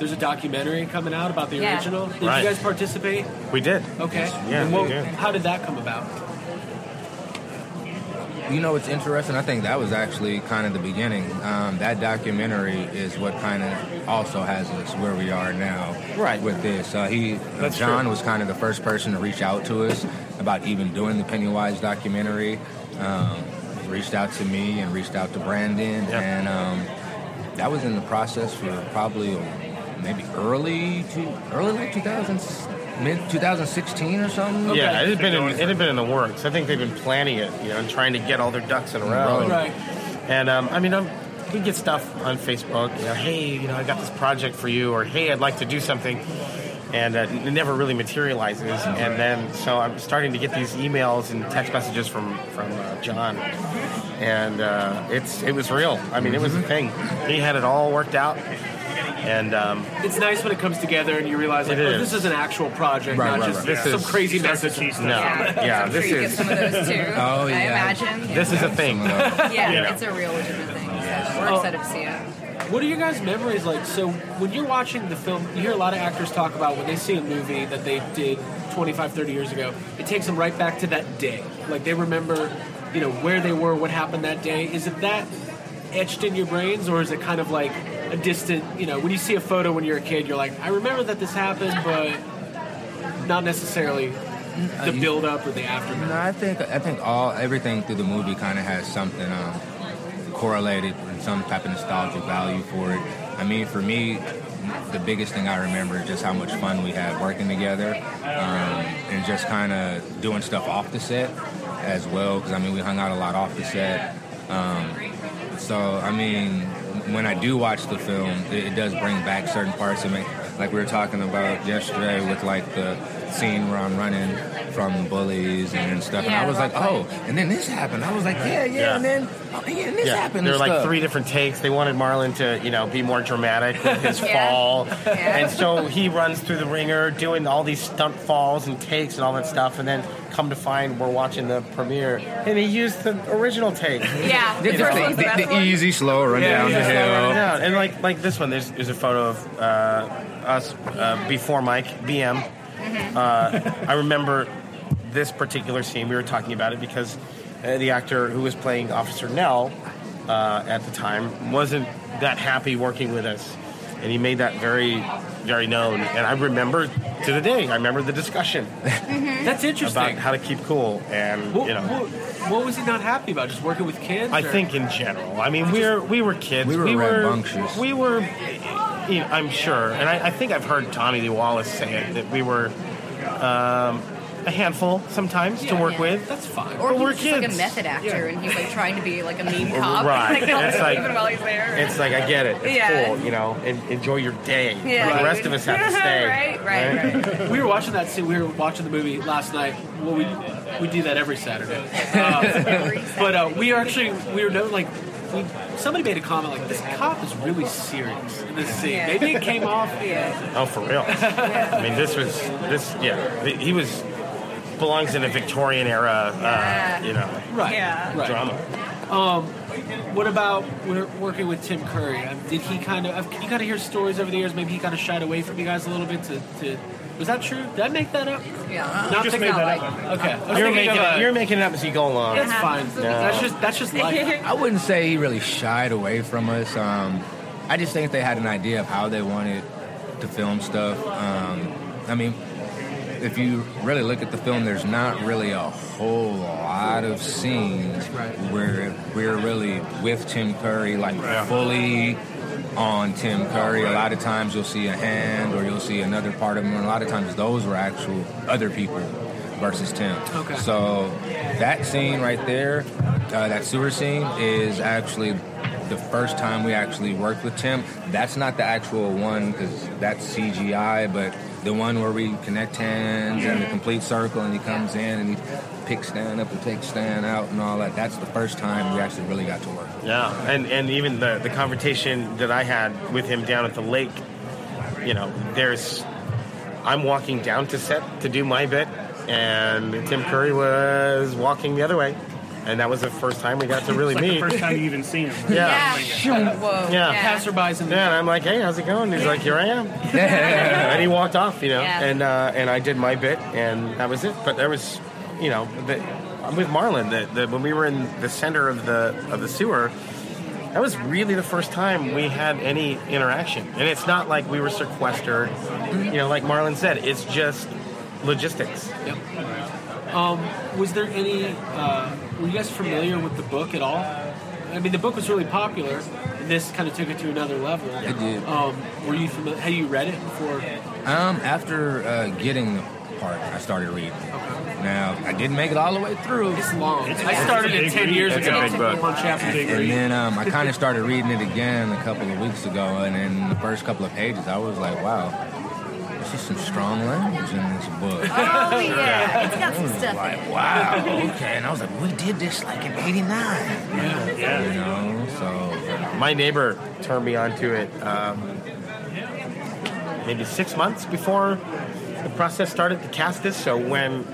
[SPEAKER 7] there's a documentary coming out about the
[SPEAKER 12] Yeah.
[SPEAKER 7] original. Did
[SPEAKER 12] Right.
[SPEAKER 7] you guys participate?
[SPEAKER 12] We did.
[SPEAKER 7] Okay.
[SPEAKER 12] Yeah,
[SPEAKER 7] And what-
[SPEAKER 12] we did.
[SPEAKER 7] How did that come about?
[SPEAKER 8] You know, it's interesting. I think that was actually kind of the beginning. Um, that documentary is what kind of also has us where we are now. Right. With this, uh, he
[SPEAKER 12] That's
[SPEAKER 8] John
[SPEAKER 12] true.
[SPEAKER 8] was kind of the first person to reach out to us about even doing the Pennywise documentary. Um, reached out to me and reached out to Brandon, and um, that was in the process for probably maybe early to early like 2000 mid 2016 or something.
[SPEAKER 12] Yeah, it had been in, it had been in the works. I think they've been planning it, you know, and trying to get all their ducks in a row.
[SPEAKER 8] Right.
[SPEAKER 12] And um, I mean, i we get stuff on Facebook. You know, hey, you know, I got this project for you, or hey, I'd like to do something, and uh, it never really materializes. And then so I'm starting to get these emails and text messages from from uh, John, and uh, it's it was real. I mean, it was a thing. He had it all worked out, and. Um,
[SPEAKER 7] It's nice when it comes together and you realize like,
[SPEAKER 12] It
[SPEAKER 7] oh,
[SPEAKER 12] is.
[SPEAKER 7] this is an actual project,
[SPEAKER 12] Right,
[SPEAKER 7] not
[SPEAKER 12] right,
[SPEAKER 7] just
[SPEAKER 12] right. This
[SPEAKER 7] some
[SPEAKER 12] is-
[SPEAKER 7] crazy message.
[SPEAKER 12] No, yeah,
[SPEAKER 7] I'm sure
[SPEAKER 12] this
[SPEAKER 7] you get
[SPEAKER 12] is.
[SPEAKER 7] some of those too,
[SPEAKER 9] Oh, I yeah. imagine.
[SPEAKER 12] This is a thing.
[SPEAKER 9] Yeah,
[SPEAKER 12] You know.
[SPEAKER 9] it's a real legitimate thing. So
[SPEAKER 7] Oh.
[SPEAKER 9] we're excited to see it.
[SPEAKER 7] What are your guys' memories like? So when you're watching the film, you hear a lot of actors talk about when they see a movie that they did 25, 30 years ago, it takes them right back to that day. Like they remember, you know, where they were, what happened that day. Is it that etched in your brains or is it kind of like a distant, you know, when you see a photo when you're a kid, you're like, I remember that this happened, but not necessarily
[SPEAKER 12] Uh,
[SPEAKER 7] the
[SPEAKER 8] you-
[SPEAKER 7] build up or the aftermath.
[SPEAKER 8] No, I think I think all everything through the movie kind of has something um, correlated and some type of nostalgic value for it. I mean, for me, the biggest thing I remember is just how much fun we had working together um, and just kind of doing stuff off the set as well. Because I mean, we hung out a lot off the set. Um, so I mean, when I do watch the film, it, it does bring back certain parts of me. Like we were talking about yesterday with like the scene where I'm running from bullies and, and stuff, and I was like, oh, and then this happened. I was like, yeah, yeah,
[SPEAKER 12] Yeah.
[SPEAKER 8] and then oh, yeah, and this
[SPEAKER 12] Yeah,
[SPEAKER 8] happened.
[SPEAKER 12] There
[SPEAKER 8] and
[SPEAKER 12] were like
[SPEAKER 8] stuff.
[SPEAKER 12] three different takes. They wanted Marlon to, you know, be more dramatic with his
[SPEAKER 8] Yeah.
[SPEAKER 12] fall,
[SPEAKER 8] Yeah.
[SPEAKER 12] and so he runs through the ringer doing all these stunt falls and takes and all that stuff, and then come to find we're watching the premiere, and he used the original take.
[SPEAKER 9] Yeah,
[SPEAKER 8] The,
[SPEAKER 9] the first one's the
[SPEAKER 8] the-
[SPEAKER 9] best
[SPEAKER 8] the
[SPEAKER 9] one.
[SPEAKER 8] easy, slow run down the hill.
[SPEAKER 12] Slow down. And like like this one, there's, there's a photo of uh, us uh, before Mike BM.
[SPEAKER 8] Mm-hmm.
[SPEAKER 12] Uh, I remember this particular scene. We were talking about it because uh, the actor who was playing Officer Nell uh, at the time wasn't that happy working with us, and he made that very very known. And I remember to the day. I remember the discussion
[SPEAKER 7] That's interesting.
[SPEAKER 12] about how to keep cool and
[SPEAKER 7] What,
[SPEAKER 12] you know.
[SPEAKER 7] what, what was he not happy about? Just working with kids?
[SPEAKER 12] I
[SPEAKER 7] or-
[SPEAKER 12] think in general. I mean, we're we were kids.
[SPEAKER 8] We were rambunctious.
[SPEAKER 12] We were, you know, I'm sure, and I, I think I've heard Tommy Lee Wallace say it that we were. Um, a handful sometimes to
[SPEAKER 8] Yeah.
[SPEAKER 12] work
[SPEAKER 8] Yeah.
[SPEAKER 12] with. That's fine.
[SPEAKER 8] Or
[SPEAKER 12] but
[SPEAKER 8] he's
[SPEAKER 12] we're
[SPEAKER 8] just
[SPEAKER 12] kids.
[SPEAKER 8] like a method actor, and he's like trying to be like a mean cop.
[SPEAKER 12] Right.
[SPEAKER 8] like, help
[SPEAKER 12] It's
[SPEAKER 8] him
[SPEAKER 12] like-
[SPEAKER 8] even while he's there.
[SPEAKER 12] It's like I get it. It's
[SPEAKER 8] Yeah.
[SPEAKER 12] cool, you know. And enjoy your day.
[SPEAKER 8] Yeah,
[SPEAKER 12] But the
[SPEAKER 8] dude.
[SPEAKER 12] rest of us have to stay.
[SPEAKER 8] Right, right,
[SPEAKER 7] we were watching that scene. We were watching the movie last night. Well, we we do that every Saturday. Um, but uh, we actually we were known like we, somebody made a comment like this cop is really serious in this scene.
[SPEAKER 8] Yeah.
[SPEAKER 7] Maybe it came off.
[SPEAKER 8] Yeah.
[SPEAKER 12] Oh, for real. I mean, this was this. Yeah, he was belongs in a Victorian era. Uh, you know,
[SPEAKER 7] Right.
[SPEAKER 8] Yeah.
[SPEAKER 7] Right.
[SPEAKER 12] drama.
[SPEAKER 7] Um, what about we're working with Tim Curry? Um, did he kind of I've- you kind of hear stories over the years? Maybe he kind of shied away from you guys a little bit. To, to was that true? Did I make that up?
[SPEAKER 8] Yeah.
[SPEAKER 7] Not
[SPEAKER 12] Just
[SPEAKER 7] thinking
[SPEAKER 12] made that
[SPEAKER 7] out
[SPEAKER 12] up.
[SPEAKER 7] loud. Okay. I was
[SPEAKER 12] You're
[SPEAKER 7] thinking
[SPEAKER 12] making
[SPEAKER 7] of
[SPEAKER 12] it,
[SPEAKER 7] a-
[SPEAKER 12] you're making it up as you go along.
[SPEAKER 7] Uh-huh. That's fine. That's just that's just life.
[SPEAKER 10] I wouldn't say he really shied away from us. Um, I just think they had an idea of how they wanted to film stuff. Um, I mean, if you really look at the film, there's not really a whole lot of scenes where we're really with Tim Curry, like fully on Tim Curry. A lot of times you'll see a hand or you'll see another part of him, and a lot of times those were actual other people versus Tim.
[SPEAKER 7] Okay.
[SPEAKER 10] So that scene right there, uh, that sewer scene, is actually the first time we actually worked with Tim. That's not the actual one because that's CGI, but the one where we connect hands and the complete circle, and he comes in and he picks Stan up and takes Stan out and all that. That's the first time we actually really got to work.
[SPEAKER 12] Yeah, and and even the the confrontation that I had with him down at the lake, you know, there's, I'm walking down to set to do my bit, and Tim Curry was walking the other way, and that was the first time we got to really
[SPEAKER 9] It's like
[SPEAKER 12] meet.
[SPEAKER 9] the first time you even seen him.
[SPEAKER 12] Yeah.
[SPEAKER 8] Whoa.
[SPEAKER 12] Yeah.
[SPEAKER 7] Passerbys and
[SPEAKER 12] Yeah, and I'm like, hey, how's it going? He's like, here I am. and he walked off, you know.
[SPEAKER 8] Yeah.
[SPEAKER 12] And uh, and I did my bit, and that was it. But there was, you know, the, I'm with Marlon. The, the, when we were in the center of the of the sewer, that was really the first time we had any interaction. And it's not like we were sequestered, you know, like Marlon said. It's just logistics.
[SPEAKER 7] Um, was there any? Uh, were you guys familiar with the book at all? I mean, the book was really popular, and this kind of took it to another level.
[SPEAKER 10] It did.
[SPEAKER 7] Um, were you familiar? Had you read it before?
[SPEAKER 10] Um, after uh, getting the part, I started reading. Now I didn't make it all the way through.
[SPEAKER 7] It's long. I started it ten years ago. One chapter.
[SPEAKER 10] And then um, I kind of started reading it again a couple of weeks ago, and in the first couple of pages, I was like, wow, this is some strong language in this book.
[SPEAKER 8] Oh, yeah. It's got some
[SPEAKER 10] I was
[SPEAKER 8] stuff in
[SPEAKER 10] like,
[SPEAKER 8] it.
[SPEAKER 10] wow, okay. And I was like, we did this like in 89. Yeah. You know, so.
[SPEAKER 12] My neighbor turned me on to it um, maybe six months before the process started to cast this. So when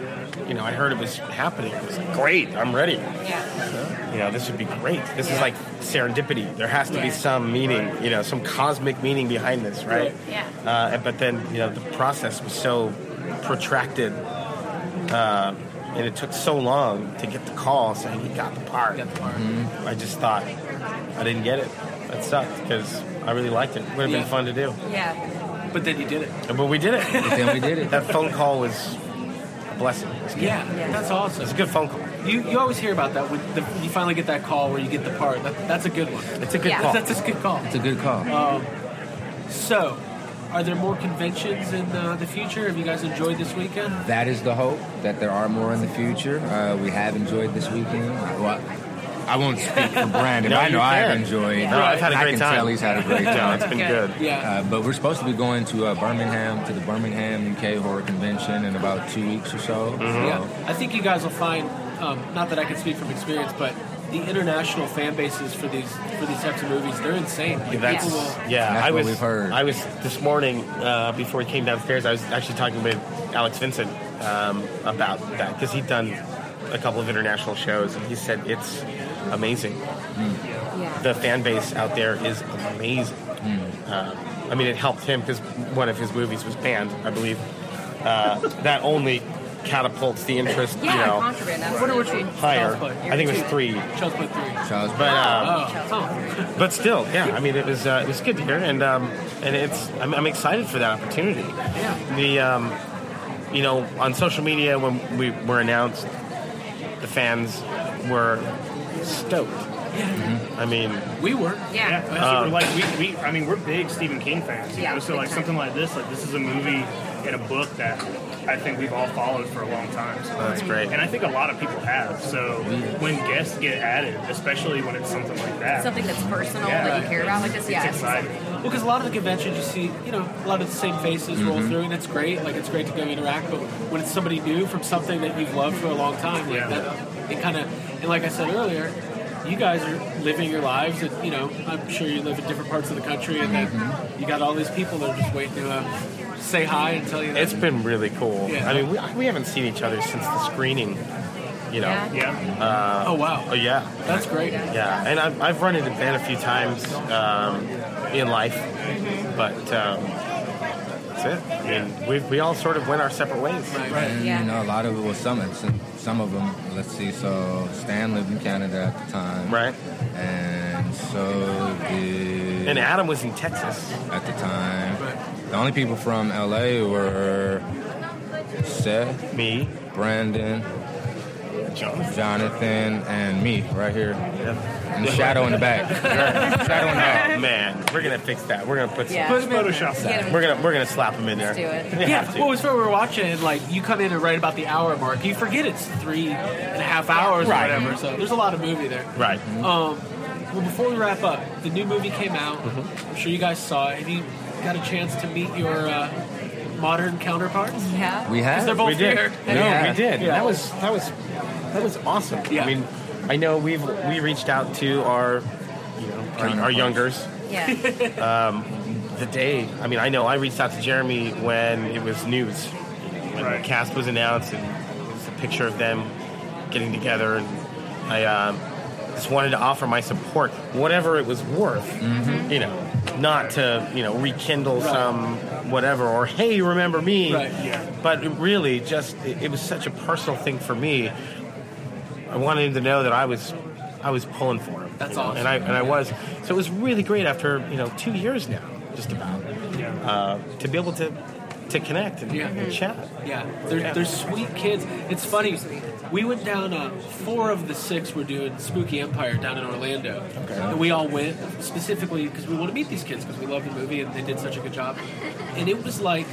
[SPEAKER 12] you know I heard it was happening, it was great. I'm ready. Yeah. You know this would be great. This is like serendipity. There has to be
[SPEAKER 8] Yeah.
[SPEAKER 12] some meaning. You know some cosmic meaning behind this, right?
[SPEAKER 8] Yeah.
[SPEAKER 12] Uh, and- but then you know the process was so protracted, uh, and it took so long to get the call saying he got the part. Mm-hmm. I just thought I didn't get it. That sucked because I really liked it. Would have
[SPEAKER 7] Yeah.
[SPEAKER 12] been fun to do,
[SPEAKER 8] Yeah.
[SPEAKER 7] But then you did it.
[SPEAKER 12] but we did it.
[SPEAKER 10] But then we did it.
[SPEAKER 12] That phone call was a blessing. It was good.
[SPEAKER 7] Yeah, that's awesome.
[SPEAKER 12] It's a good phone call.
[SPEAKER 7] You, you always hear about that when the, you finally get that call where you get the part. That, that's a good one.
[SPEAKER 12] It's a good Yeah. call.
[SPEAKER 7] That's a good call.
[SPEAKER 10] It's a good call.
[SPEAKER 7] Um, so, are there more conventions in the, the future? Have you guys enjoyed this weekend?
[SPEAKER 10] that is the hope that there are more in the future. Uh, we have enjoyed this weekend. Uh, Well, I won't speak for Brandon.
[SPEAKER 12] No,
[SPEAKER 10] but I know
[SPEAKER 12] you
[SPEAKER 10] I've
[SPEAKER 12] can.
[SPEAKER 10] enjoyed.
[SPEAKER 12] No, I've had a
[SPEAKER 10] I
[SPEAKER 12] great
[SPEAKER 10] can
[SPEAKER 12] time.
[SPEAKER 10] tell he's had a great
[SPEAKER 12] No,
[SPEAKER 10] time.
[SPEAKER 12] it's been good.
[SPEAKER 7] Yeah.
[SPEAKER 10] Uh, but we're supposed to be going to uh, Birmingham to the Birmingham UK Horror Convention in about two weeks or so.
[SPEAKER 7] Yeah.
[SPEAKER 10] So,
[SPEAKER 7] I think you guys will find, um, not that I can speak from experience, but the international fan bases for these for these types of movies, they're insane. Like,
[SPEAKER 12] Yeah, that's
[SPEAKER 7] people will-
[SPEAKER 12] yeah.
[SPEAKER 10] That's
[SPEAKER 12] I
[SPEAKER 10] what
[SPEAKER 12] was
[SPEAKER 10] we've heard.
[SPEAKER 12] I was this morning uh, before we came downstairs. I was actually talking with Alex Vincent um, about that because he'd done a couple of international shows, and he said it's amazing. The fan base out there is amazing.
[SPEAKER 10] Hmm.
[SPEAKER 12] Um, I mean, it helped him because one of his movies was banned, I believe. Uh, that only catapults the interest,
[SPEAKER 8] Yeah,
[SPEAKER 12] you know,
[SPEAKER 8] contraband,
[SPEAKER 7] I wonder which
[SPEAKER 8] absolutely.
[SPEAKER 7] one.
[SPEAKER 12] higher.
[SPEAKER 7] Child's Play.
[SPEAKER 12] I think it was three.
[SPEAKER 7] Child's Play 3.
[SPEAKER 10] Charles,
[SPEAKER 12] But um,
[SPEAKER 7] Oh, oh.
[SPEAKER 12] but still, yeah. I mean, it was uh, it was good to hear, and um, and it's I'm, I'm excited for that opportunity. Yeah. The um, you know, on social media when we were announced, the fans were stoked. I mean,
[SPEAKER 7] We were.
[SPEAKER 9] Yeah, Um,
[SPEAKER 8] Yeah.
[SPEAKER 9] that's what we're like we, we. I mean, we're big Stephen King fans. You
[SPEAKER 8] Yeah,
[SPEAKER 9] know? so
[SPEAKER 8] big
[SPEAKER 9] like
[SPEAKER 8] time.
[SPEAKER 9] something like this, like this is a movie and a book that I think we've all followed for a long time. So
[SPEAKER 12] That's
[SPEAKER 9] like-
[SPEAKER 12] great.
[SPEAKER 9] And I think a lot of people have. So when guests get added, especially when it's something like that,
[SPEAKER 14] Something that's personal
[SPEAKER 9] Yeah,
[SPEAKER 14] that you care about like
[SPEAKER 9] it's-
[SPEAKER 14] this. Yeah.
[SPEAKER 9] it's exciting.
[SPEAKER 7] Well, because a lot of the conventions you see, you know, a lot of the same faces roll
[SPEAKER 12] Mm-hmm.
[SPEAKER 7] through, and it's great. Like it's great to go interact, but when it's somebody new from something that you've loved for a long time, like that, it kind of. And like I said earlier, you guys are living your lives, and you know, I'm sure you live in different parts of the country, and
[SPEAKER 12] Mm-hmm.
[SPEAKER 7] then you got all these people that are just waiting to uh, say hi and tell you. That
[SPEAKER 12] It's been really cool.
[SPEAKER 7] Yeah.
[SPEAKER 12] I mean, we, we haven't seen each other since the screening. You know.
[SPEAKER 7] Yeah.
[SPEAKER 12] Uh,
[SPEAKER 7] oh wow.
[SPEAKER 12] Oh yeah.
[SPEAKER 7] That's great.
[SPEAKER 12] Yeah, and I've, I've run into Ben a few times um, in life, but um, that's it. I mean, we, we all sort of went our separate ways.
[SPEAKER 8] And, You know, a lot of it was summits. and Some of them, let's see. So Stan lived in Canada at the time,
[SPEAKER 12] right?
[SPEAKER 8] And so did.
[SPEAKER 12] And Adam was in Texas
[SPEAKER 8] at the time. The only people from LA were Seth,
[SPEAKER 12] me,
[SPEAKER 8] Brandon,
[SPEAKER 12] Jonathan,
[SPEAKER 8] and me right here. And
[SPEAKER 12] Yeah.
[SPEAKER 8] Shadow in the back. Shadow in the back.
[SPEAKER 12] Oh, man, we're gonna fix that. We're gonna put some
[SPEAKER 7] Yeah. Put him in there. Get him.
[SPEAKER 12] We're gonna we're gonna slap him in there. We have
[SPEAKER 7] Yeah,
[SPEAKER 12] to.
[SPEAKER 7] well, it's when we were watching, and like you come in and right about the hour mark, you forget it's three and a half hours
[SPEAKER 12] Right.
[SPEAKER 7] or whatever. So there's a lot of movie there.
[SPEAKER 12] Right.
[SPEAKER 7] Um, well, before we wrap up, the new movie came out.
[SPEAKER 12] Mm-hmm.
[SPEAKER 7] I'm sure you guys saw it. Have you got a chance to meet your uh, modern counterparts?
[SPEAKER 14] Yeah,
[SPEAKER 8] We have.
[SPEAKER 7] They're both
[SPEAKER 12] we did.
[SPEAKER 7] here.
[SPEAKER 12] No, we did. That was that was that was awesome. I mean, I know we've we reached out to our you know our, our
[SPEAKER 8] Counterparts.
[SPEAKER 12] youngers.
[SPEAKER 14] Yeah.
[SPEAKER 12] um, the day. I mean, I know I reached out to Jeremy when it was news, when the cast was announced, and it was a picture of them getting together, and I um, just wanted to offer my support, whatever it was worth, you know, not to you know rekindle
[SPEAKER 7] Right.
[SPEAKER 12] some whatever or hey, remember me, but it really just it, it was such a personal thing for me. I wanted him to know that I was I was pulling for him.
[SPEAKER 7] That's
[SPEAKER 12] you know,
[SPEAKER 7] awesome.
[SPEAKER 12] And I and
[SPEAKER 7] Yeah.
[SPEAKER 12] I was. So it was really great after you know two years now, just about, uh, to be able to to connect and,
[SPEAKER 7] Yeah.
[SPEAKER 12] and chat.
[SPEAKER 7] Yeah, they're,
[SPEAKER 12] Yeah.
[SPEAKER 7] they're sweet kids. It's funny. We went down. Uh, four of the six were doing Spooky Empire down in Orlando, and we all went specifically because we want to meet these kids because we love the movie and they did such a good job. And it was like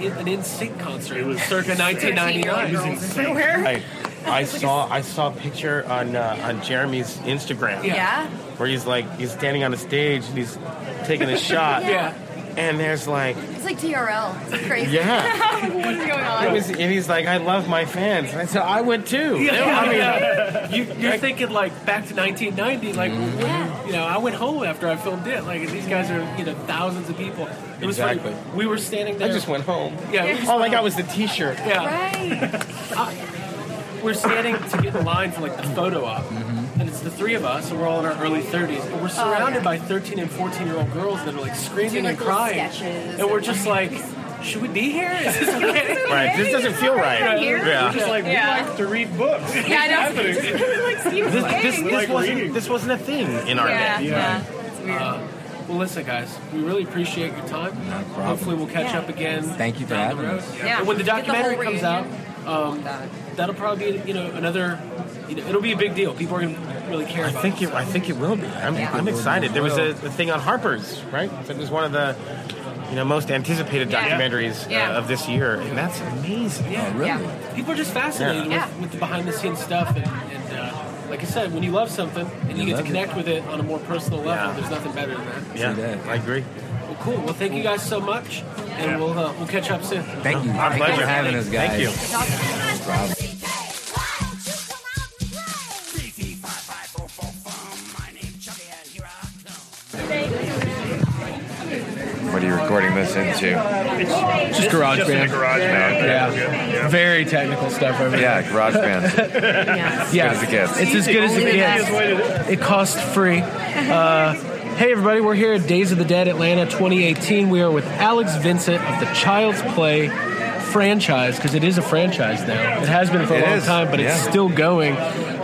[SPEAKER 7] in- an In Sync concert. It was circa 1999.
[SPEAKER 14] It was insane. Everywhere.
[SPEAKER 12] I, I saw I saw a picture on uh, on Jeremy's Instagram.
[SPEAKER 14] Yeah.
[SPEAKER 12] Where he's like he's standing on a stage and he's taking a shot.
[SPEAKER 14] Yeah.
[SPEAKER 12] And there's like
[SPEAKER 14] It's like TRL. It's crazy.
[SPEAKER 12] Yeah.
[SPEAKER 14] What's going
[SPEAKER 12] It
[SPEAKER 14] on?
[SPEAKER 12] was- and he's like, I love my fans. And I said, I would too.
[SPEAKER 7] Yeah,
[SPEAKER 12] I mean,
[SPEAKER 7] yeah. you, you're thinking like back to 1990. Like,
[SPEAKER 12] Mm-hmm.
[SPEAKER 7] when- you know, I went home after I filmed it. Like, these guys are you know thousands of people. It was funny.
[SPEAKER 12] Exactly.
[SPEAKER 7] We were standing
[SPEAKER 12] I
[SPEAKER 7] there.
[SPEAKER 12] just went home.
[SPEAKER 7] Yeah, we just
[SPEAKER 12] All I
[SPEAKER 7] went
[SPEAKER 12] got was the T-shirt.
[SPEAKER 7] Yeah. We're standing to get in line for like the photo op,
[SPEAKER 12] Mm-hmm.
[SPEAKER 7] and it's the three of us, and we're all in our early 30s, and
[SPEAKER 14] Oh,
[SPEAKER 7] we're surrounded by 13 and 14 year old girls that are like screaming
[SPEAKER 14] Doing
[SPEAKER 7] and
[SPEAKER 14] little
[SPEAKER 7] crying,
[SPEAKER 14] sketches
[SPEAKER 7] and we're just like, should we be here? Is this okay?
[SPEAKER 12] Right, this doesn't feel right. Yeah.
[SPEAKER 7] We're just like,
[SPEAKER 14] Yeah.
[SPEAKER 7] we like to read
[SPEAKER 9] books.
[SPEAKER 14] Yeah, I know.
[SPEAKER 9] What's happening?
[SPEAKER 14] like Steve's
[SPEAKER 12] This, this,
[SPEAKER 14] saying.
[SPEAKER 12] this wasn't, this wasn't a thing in our
[SPEAKER 14] Yeah,
[SPEAKER 12] day.
[SPEAKER 14] yeah. It's weird.
[SPEAKER 7] Uh, well, listen, guys, we really appreciate your time. Hopefully, we'll catch
[SPEAKER 14] Yeah.
[SPEAKER 7] up again.
[SPEAKER 8] Thank you for
[SPEAKER 7] down the
[SPEAKER 8] having
[SPEAKER 7] road.
[SPEAKER 8] us.
[SPEAKER 14] Yeah.
[SPEAKER 7] And when the
[SPEAKER 14] Get the whole
[SPEAKER 7] documentary comes out,
[SPEAKER 14] reunion.
[SPEAKER 7] um, that'll probably be you know another. You know, it'll be a big deal. People are gonna really care
[SPEAKER 12] I
[SPEAKER 7] about.
[SPEAKER 12] think
[SPEAKER 7] it,
[SPEAKER 12] it, I think it will be. I'm,
[SPEAKER 7] Yeah.
[SPEAKER 12] I'm excited. There was a, a thing on Harper's, right? That was one of the you know most anticipated
[SPEAKER 7] Yeah.
[SPEAKER 12] documentaries
[SPEAKER 7] Yeah.
[SPEAKER 12] Uh, of this year, and that's amazing.
[SPEAKER 7] Yeah. Yeah. People are just fascinated
[SPEAKER 12] Yeah.
[SPEAKER 7] With, with the behind the scenes stuff. And, and uh, like I said, when you love something and you,
[SPEAKER 12] You
[SPEAKER 7] get to
[SPEAKER 12] love it.
[SPEAKER 7] connect with it on a more personal level, there's nothing better than that.
[SPEAKER 12] Yeah, I agree.
[SPEAKER 7] Well, cool. Well, thank you guys so much, and
[SPEAKER 12] Yeah.
[SPEAKER 7] we'll uh, we'll catch up soon.
[SPEAKER 8] Thank you.
[SPEAKER 12] Our
[SPEAKER 8] Thank you
[SPEAKER 12] pleasure
[SPEAKER 8] for having us, guys.
[SPEAKER 12] Thank you.
[SPEAKER 8] No problem.
[SPEAKER 15] What are you recording this into?
[SPEAKER 9] It's
[SPEAKER 15] Just garage
[SPEAKER 9] just in
[SPEAKER 15] band.
[SPEAKER 9] a garage band.
[SPEAKER 15] Yeah.
[SPEAKER 9] Okay.
[SPEAKER 16] Very technical stuff over
[SPEAKER 15] Yeah,
[SPEAKER 16] there.
[SPEAKER 15] GarageBand.
[SPEAKER 16] yeah.
[SPEAKER 15] good as it gets.
[SPEAKER 16] It's as good as
[SPEAKER 15] Only
[SPEAKER 16] it
[SPEAKER 15] the
[SPEAKER 16] gets.
[SPEAKER 15] best. Only the best.
[SPEAKER 16] It costs free. Uh,
[SPEAKER 7] Hey everybody, we're here at Days of the Dead Atlanta 2018. We are with Alex Vincent of the Child's Play franchise because it is a franchise now. It has been for a
[SPEAKER 15] It
[SPEAKER 7] long
[SPEAKER 15] is,
[SPEAKER 7] time, but it's
[SPEAKER 15] yeah.
[SPEAKER 7] still going.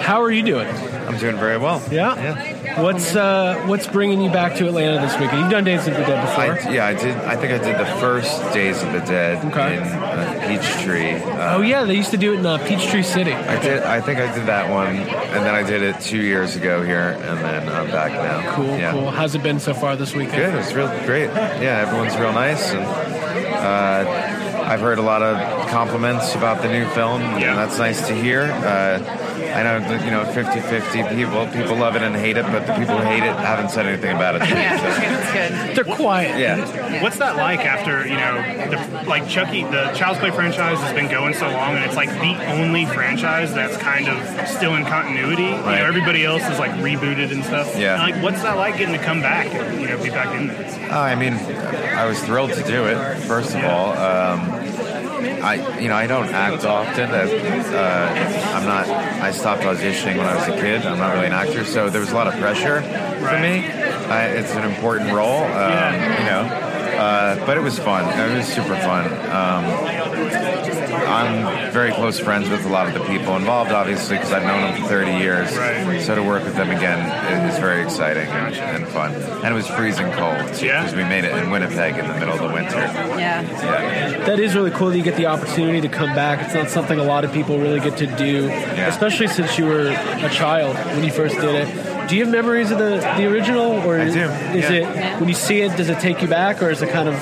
[SPEAKER 7] How are you doing? I'm
[SPEAKER 15] doing very well.
[SPEAKER 7] Yeah. What's uh, what's bringing you back to Atlanta this weekend? You've done Days of the Dead before.
[SPEAKER 15] I, yeah, I did. I think I did the first Days of the Dead in uh, Peachtree. Uh,
[SPEAKER 7] oh yeah, they used to do it in uh, Peachtree City.
[SPEAKER 15] I did. I think I did that one, and then I did it two years ago here, and then I'm back now.
[SPEAKER 7] Cool,
[SPEAKER 15] Yeah.
[SPEAKER 7] cool. How's it been so far this weekend?
[SPEAKER 15] Good. It was real great. Yeah, everyone's real nice, and uh, I've heard a lot of compliments about the new film, and that's nice to hear. Uh, I know, that, you know, 50-50 people. People love it and hate it, but the people who hate it haven't said anything about it. to me, so-
[SPEAKER 8] Yeah,
[SPEAKER 9] They're quiet.
[SPEAKER 15] Yeah.
[SPEAKER 9] What's that like after you know, the, like Chucky, the Child's Play franchise has been going so long, and it's like the only franchise that's kind of still in continuity. You
[SPEAKER 15] Right.
[SPEAKER 9] know, everybody else is like rebooted and stuff.
[SPEAKER 15] Yeah.
[SPEAKER 9] And, like, what's that like getting to come back and you know be back in there?
[SPEAKER 15] Uh, I mean, I was thrilled to do it. First of all, um, I you know I don't act often. Uh, uh, I'm not. I stopped auditioning when I was a kid. I'm not really an actor, so there was a lot of pressure for me. I, it's an important role, um, you know. Uh, but it was fun. It was super fun. Um, I'm very close friends with a lot of the people involved, obviously, because I've known them for 30 years. So to work with them again i- is very exciting and, and fun. And it was freezing cold, too, because we made it in Winnipeg in the middle of the winter.
[SPEAKER 8] yeah.
[SPEAKER 7] That is really cool that you get the opportunity to come back. It's not something a lot of people really get to do, especially since you were a child when you first did it. Do you have memories of the, the original, or
[SPEAKER 15] I do,
[SPEAKER 7] is
[SPEAKER 15] yeah.
[SPEAKER 7] it when you see it? Does it take you back, or is it kind of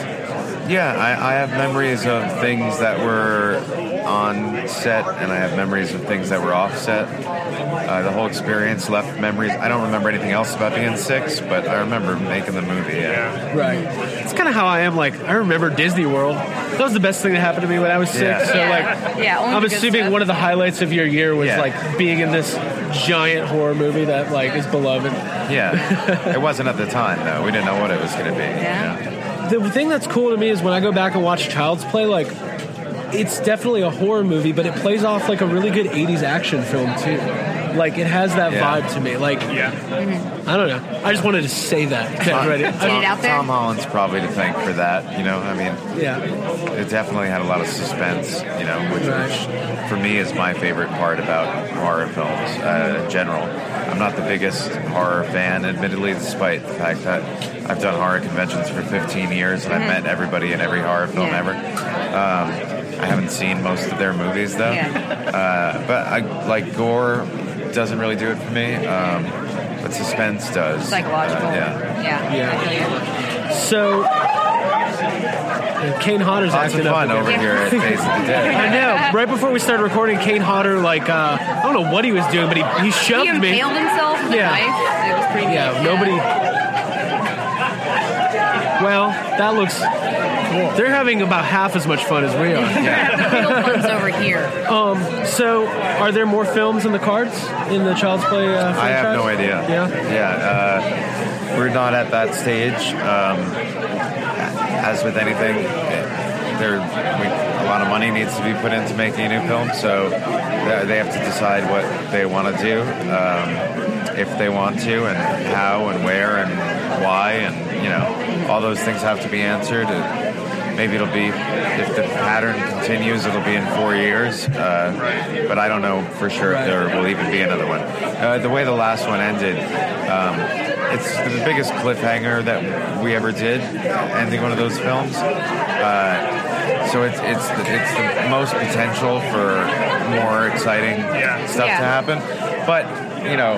[SPEAKER 15] Yeah, I, I have memories of things that were on set, and I have memories of things that were off set. Uh, the whole experience left memories. I don't remember anything else about being six, but I remember making the movie. Yeah.
[SPEAKER 7] Right. It's kind of how I am. Like, I remember Disney World. That was the best thing that happened to me when I was six.
[SPEAKER 15] Yeah.
[SPEAKER 7] So,
[SPEAKER 15] Yeah.
[SPEAKER 7] like,
[SPEAKER 8] Yeah, only
[SPEAKER 7] I'm
[SPEAKER 8] the good
[SPEAKER 7] assuming
[SPEAKER 8] stuff.
[SPEAKER 7] one of the highlights of your year was
[SPEAKER 15] Yeah.
[SPEAKER 7] like being in this giant horror movie that like is beloved.
[SPEAKER 15] Yeah. it wasn't at the time, though. We didn't know what it was going to be. Yeah.
[SPEAKER 7] The thing that's cool to me is when I go back and watch Child's Play, like. It's definitely a horror movie, but it plays off like a really good '80s action film too. Like it has that
[SPEAKER 15] Yeah.
[SPEAKER 7] vibe to me. Like, I don't know. I just wanted to say that. to everybody.
[SPEAKER 15] Tom Holland's probably to thank for that. You know, I mean,
[SPEAKER 7] Yeah.
[SPEAKER 15] it definitely had a lot of suspense. You know, which, which for me is my favorite part about horror films uh, in general. I'm not the biggest horror fan, admittedly, despite the fact that I've done horror conventions for 15 years and
[SPEAKER 8] Mhm.
[SPEAKER 15] I've met everybody in every horror film
[SPEAKER 8] Yeah.
[SPEAKER 15] ever. Um, I haven't seen most of their movies though,
[SPEAKER 8] Yeah.
[SPEAKER 15] uh, but I like gore doesn't really do it for me. Um, but suspense does.
[SPEAKER 8] Psychological.
[SPEAKER 15] Uh, yeah.
[SPEAKER 8] Yeah.
[SPEAKER 7] Yeah.
[SPEAKER 8] I feel you.
[SPEAKER 7] So, Kane Hodder's
[SPEAKER 15] Lots
[SPEAKER 7] acting
[SPEAKER 15] of fun
[SPEAKER 7] up
[SPEAKER 15] over
[SPEAKER 7] again.
[SPEAKER 15] here at Face of the Dead.
[SPEAKER 7] I know. Right before we started recording, Kane Hodder, like, uh, I don't know what he was doing, but he, he shoved
[SPEAKER 8] He
[SPEAKER 7] me.
[SPEAKER 8] impaled himself with
[SPEAKER 7] Yeah.
[SPEAKER 8] a knife. It was pretty
[SPEAKER 7] Yeah,
[SPEAKER 8] neat.
[SPEAKER 7] nobody. Well, that looks. They're having about half as much fun as we are.
[SPEAKER 8] the real fun's over here.
[SPEAKER 7] Um, so, are there more films in the cards in the Child's Play uh, franchise?
[SPEAKER 15] I have no idea.
[SPEAKER 7] Yeah.
[SPEAKER 15] Yeah. Uh, we're not at that stage. Um, as with anything, it- there we, a lot of money needs to be put into making a new film, so uh, they- they have to decide what they want to do, um, if they want to, and how, and where, and why, and you know, all those things have to be answered. And Maybe it'll be if the pattern continues, it'll be in four years. Uh, But I don't know for sure if there will even be another one. Uh, the way the last one ended, um, it's the biggest cliffhanger that we ever did, ending one of those films. Uh, so it's it's the, it's the most potential for more exciting stuff
[SPEAKER 8] Yeah.
[SPEAKER 15] to happen. But you know,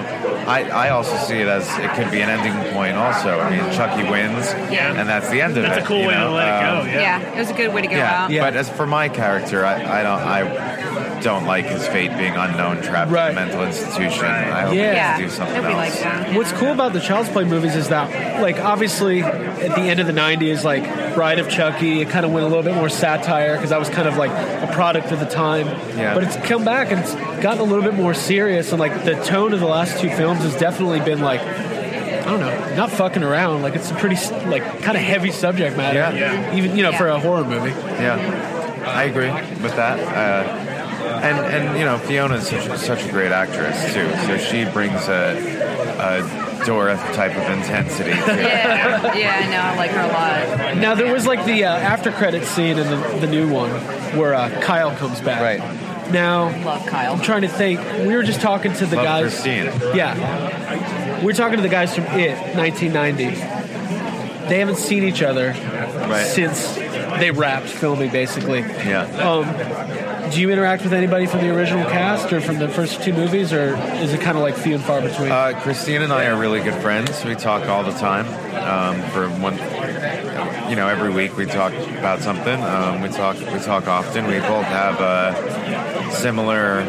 [SPEAKER 15] I, I also see it as it could be an ending point. Also, I mean, Chucky wins,
[SPEAKER 8] Yeah.
[SPEAKER 15] and that's the end of it.
[SPEAKER 9] That's a cool
[SPEAKER 15] you
[SPEAKER 9] way to
[SPEAKER 15] know?
[SPEAKER 9] let it go,
[SPEAKER 15] Um,
[SPEAKER 8] Yeah. it was a good way to go
[SPEAKER 15] yeah,
[SPEAKER 8] out.
[SPEAKER 15] but as for my character, I, I don't I don't like his fate being unknown, trapped in a mental institution. I hope
[SPEAKER 7] Yeah.
[SPEAKER 15] he gets to do something
[SPEAKER 8] Nobody
[SPEAKER 15] else.
[SPEAKER 8] likes that.
[SPEAKER 7] What's cool about the Child's Play movies is that, like, obviously at the end of the 90s, like, Bride of Chucky, it kind of went a little bit more satire because I was kind of like a product of the time.
[SPEAKER 15] Yeah.
[SPEAKER 7] But it's come back and it's gotten a little bit more serious, and like the tone of the last two films has definitely been like, I don't know, not fucking around. Like, it's a pretty, like, kind of heavy subject matter.
[SPEAKER 15] Yeah. Yeah.
[SPEAKER 7] Even, you know, for a horror movie.
[SPEAKER 15] Yeah, I agree with that. Uh, and and you know Fiona's such a, such a great actress too, so she brings a, a Dora type of intensity. To it.
[SPEAKER 8] Yeah, yeah, I know. I like her a lot.
[SPEAKER 7] Now there was like the uh, after credit scene in the, the new one where uh, Kyle comes back. Right. Now
[SPEAKER 8] love Kyle.
[SPEAKER 7] I'm trying to think. We were just talking to the
[SPEAKER 15] Love
[SPEAKER 7] guys.
[SPEAKER 15] Christine.
[SPEAKER 7] Yeah. We were talking to the guys from It 1990. They haven't seen each other
[SPEAKER 15] Right.
[SPEAKER 7] since they wrapped filming, basically.
[SPEAKER 15] Yeah.
[SPEAKER 7] Um, Do you interact with anybody from the original cast or from the first two movies, or is it kind of like few and far between?
[SPEAKER 15] Uh, Christine and I are really good friends. We talk all the time. Um, for one, you know, every week we talk about something. Um, we talk, we talk often. We both have uh, similar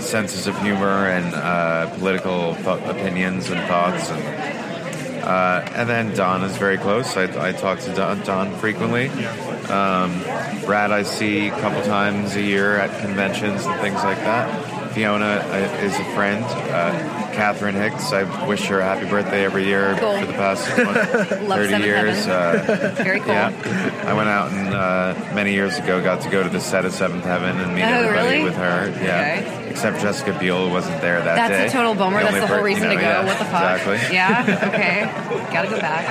[SPEAKER 15] senses of humor and uh, political th- opinions and thoughts. And uh, and then Don is very close. I, I talk to Don, Don frequently. Um, Brad, I see a couple times a year at conventions and things like that. Fiona uh, is a friend. Uh, Catherine Hicks, I wish her a happy birthday every year
[SPEAKER 5] Cool.
[SPEAKER 15] for the past what,
[SPEAKER 5] Love
[SPEAKER 15] 30
[SPEAKER 5] Seven
[SPEAKER 15] years. Uh,
[SPEAKER 5] Heaven. Very cool.
[SPEAKER 15] yeah, I went out and uh, many years ago got to go to the set of Seventh Heaven and meet
[SPEAKER 5] Oh,
[SPEAKER 15] everybody
[SPEAKER 5] really?
[SPEAKER 15] with her. Yeah, except Jessica Biel wasn't there that
[SPEAKER 5] That's
[SPEAKER 15] day.
[SPEAKER 5] a total bummer. That's
[SPEAKER 15] only
[SPEAKER 5] the whole
[SPEAKER 15] per- you
[SPEAKER 5] reason
[SPEAKER 15] know,
[SPEAKER 5] to go.
[SPEAKER 15] yeah,
[SPEAKER 5] what the fuck?
[SPEAKER 15] Exactly.
[SPEAKER 5] Yeah. Okay. Gotta go back.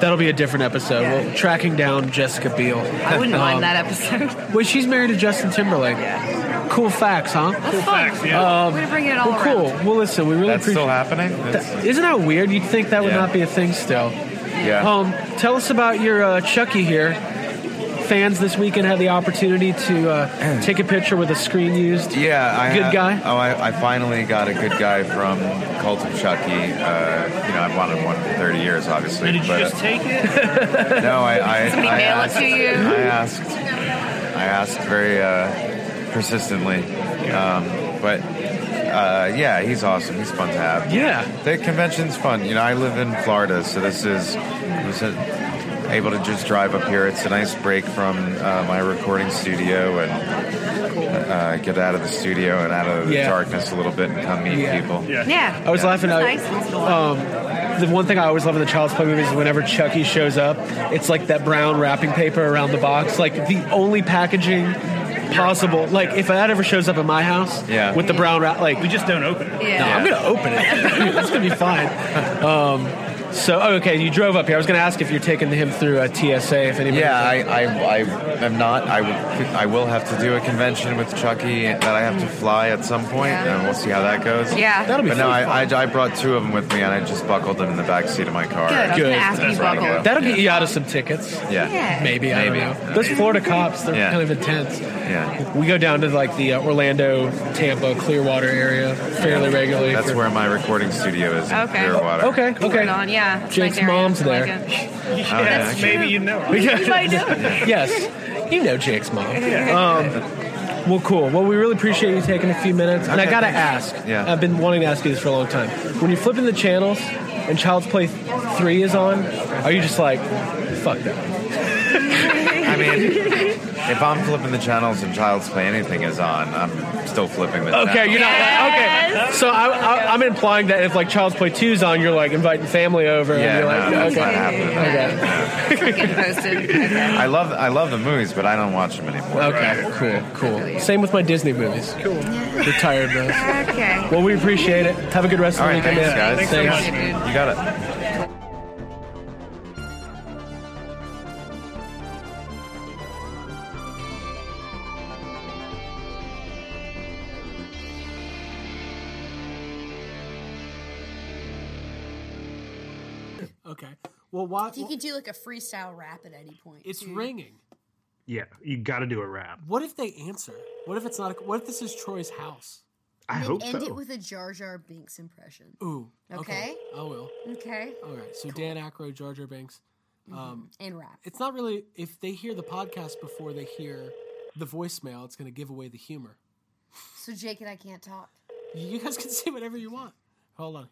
[SPEAKER 7] That'll be a different episode. Well, tracking down Jessica Biel.
[SPEAKER 5] I wouldn't
[SPEAKER 7] Um,
[SPEAKER 5] mind that episode.
[SPEAKER 7] Well, she's married to Justin Timberlake. Cool facts, huh? Um,
[SPEAKER 5] That's fun. We're gonna bring it all
[SPEAKER 7] well, cool. Well, listen, we really
[SPEAKER 15] That's
[SPEAKER 7] appreciate
[SPEAKER 15] still happening?
[SPEAKER 7] That, isn't that weird? You'd think that would
[SPEAKER 15] Yeah.
[SPEAKER 7] not be a thing still.
[SPEAKER 15] Yeah.
[SPEAKER 7] Um, tell us about your uh, Chucky here. Fans this weekend had the opportunity to uh, take a picture with a screen used.
[SPEAKER 15] Yeah, I
[SPEAKER 7] Good guy?
[SPEAKER 15] Oh, I, I finally got a good guy from Cult of Chucky. Uh, you know, I've wanted one for 30 years, obviously.
[SPEAKER 9] Did you
[SPEAKER 15] but, uh,
[SPEAKER 9] just take it?
[SPEAKER 15] No, I. I,
[SPEAKER 9] Somebody
[SPEAKER 15] I
[SPEAKER 9] mail it
[SPEAKER 15] asked,
[SPEAKER 9] to you?
[SPEAKER 15] I asked. I asked very uh, persistently, um, but uh, yeah, he's awesome. He's fun to have.
[SPEAKER 7] Yeah,
[SPEAKER 15] the convention's fun. You know, I live in Florida, so this is I was uh, able to just drive up here. It's a nice break from uh, my recording studio and uh, get out of the studio and out of the
[SPEAKER 7] Yeah.
[SPEAKER 15] darkness a little bit and come meet people.
[SPEAKER 5] Yeah.
[SPEAKER 7] I was laughing.
[SPEAKER 5] That's
[SPEAKER 7] I,
[SPEAKER 5] nice.
[SPEAKER 7] um, the one thing I always love in the Child's Play movies is whenever Chucky shows up, it's like that brown wrapping paper around the box, like the only packaging possible. Like if that ever shows up in my house,
[SPEAKER 15] Yeah.
[SPEAKER 7] with the brown wrap, like
[SPEAKER 9] we just don't open it.
[SPEAKER 7] No, I'm gonna open it. That's gonna be fine. Um, so oh, okay, you drove up here. I was gonna ask if you're taking him through a TSA. If anybody,
[SPEAKER 15] Yeah, I, I, I am not. I, w- I will have to do a convention with Chucky that I have to fly at some point, and we'll see how that goes.
[SPEAKER 5] Yeah. That'll be
[SPEAKER 15] But no,
[SPEAKER 5] fun.
[SPEAKER 15] I, I, I brought two of them with me, and I just buckled them in the back seat of my car.
[SPEAKER 5] Good, I was Good. gonna ask you
[SPEAKER 15] where I
[SPEAKER 5] buckled.
[SPEAKER 15] go.
[SPEAKER 7] That'll get you out of some tickets.
[SPEAKER 15] Yeah. Yeah.
[SPEAKER 7] Maybe. I
[SPEAKER 15] Maybe.
[SPEAKER 7] don't know. Those Florida cops, they're
[SPEAKER 15] Yeah.
[SPEAKER 7] kind of intense.
[SPEAKER 15] Yeah.
[SPEAKER 7] We go down to like the uh, Orlando, Tampa, Clearwater area fairly regularly.
[SPEAKER 15] That's
[SPEAKER 7] for-
[SPEAKER 15] where my recording studio is. in
[SPEAKER 5] Okay.
[SPEAKER 15] Clearwater.
[SPEAKER 7] Okay. Okay.
[SPEAKER 5] Right on. Yeah. it's a
[SPEAKER 7] Jake's
[SPEAKER 5] nice area.
[SPEAKER 7] mom's
[SPEAKER 5] I like
[SPEAKER 7] there.
[SPEAKER 5] it.
[SPEAKER 15] Oh, yeah,
[SPEAKER 5] That's
[SPEAKER 15] actually.
[SPEAKER 5] true.
[SPEAKER 9] Maybe you know.
[SPEAKER 5] You might know.
[SPEAKER 7] yes, you know Jake's mom.
[SPEAKER 5] Yeah.
[SPEAKER 7] Um, well, cool. Well, we really appreciate you taking a few minutes. And I
[SPEAKER 15] Okay,
[SPEAKER 7] gotta
[SPEAKER 15] thanks.
[SPEAKER 7] ask.
[SPEAKER 15] Yeah.
[SPEAKER 7] I've been wanting to ask you this for a long time. When you're flipping the channels and Child's Play Three is on, are you just like, fuck that?
[SPEAKER 15] I mean, if I'm flipping the channels and Child's Play anything is on, I'm still flipping the.
[SPEAKER 7] Okay, you're
[SPEAKER 15] channels.
[SPEAKER 7] not. Okay. So I, I, I'm implying that if like Child's Play Two's on, you're like inviting family over.
[SPEAKER 15] Yeah,
[SPEAKER 7] and you're like,
[SPEAKER 15] no, that's
[SPEAKER 7] okay.
[SPEAKER 15] not happening.
[SPEAKER 7] Okay.
[SPEAKER 5] Get posted. Okay.
[SPEAKER 15] I love I love the movies, but I don't watch them anymore.
[SPEAKER 7] Okay, cool, cool. Same with my Disney movies. Cool. Retired those.
[SPEAKER 5] Okay.
[SPEAKER 7] Well, we appreciate it. Have a good rest of
[SPEAKER 15] All
[SPEAKER 7] the
[SPEAKER 15] right,
[SPEAKER 7] weekend,
[SPEAKER 15] thanks,
[SPEAKER 7] man.
[SPEAKER 15] guys.
[SPEAKER 7] Thanks.
[SPEAKER 15] You got it.
[SPEAKER 10] Okay. Well, why?
[SPEAKER 17] You could do like a freestyle rap at any point.
[SPEAKER 10] It's
[SPEAKER 17] too.
[SPEAKER 10] ringing.
[SPEAKER 9] Yeah, you got to do a rap.
[SPEAKER 10] What if they answer? What if it's not? A, what if this is Troy's house?
[SPEAKER 9] I
[SPEAKER 17] And
[SPEAKER 9] hope
[SPEAKER 17] end
[SPEAKER 9] so.
[SPEAKER 17] it with a Jar Jar Binks impression.
[SPEAKER 10] Ooh.
[SPEAKER 17] Okay.
[SPEAKER 10] I will.
[SPEAKER 17] Okay.
[SPEAKER 10] All right. Oh, So Dan Aykroyd, Jar Jar Banks. Um,
[SPEAKER 17] And rap.
[SPEAKER 10] It's not really if they hear the podcast before they hear the voicemail, it's going to give away the humor.
[SPEAKER 17] So Jake and I can't talk.
[SPEAKER 10] You guys can say whatever you want. Hold on.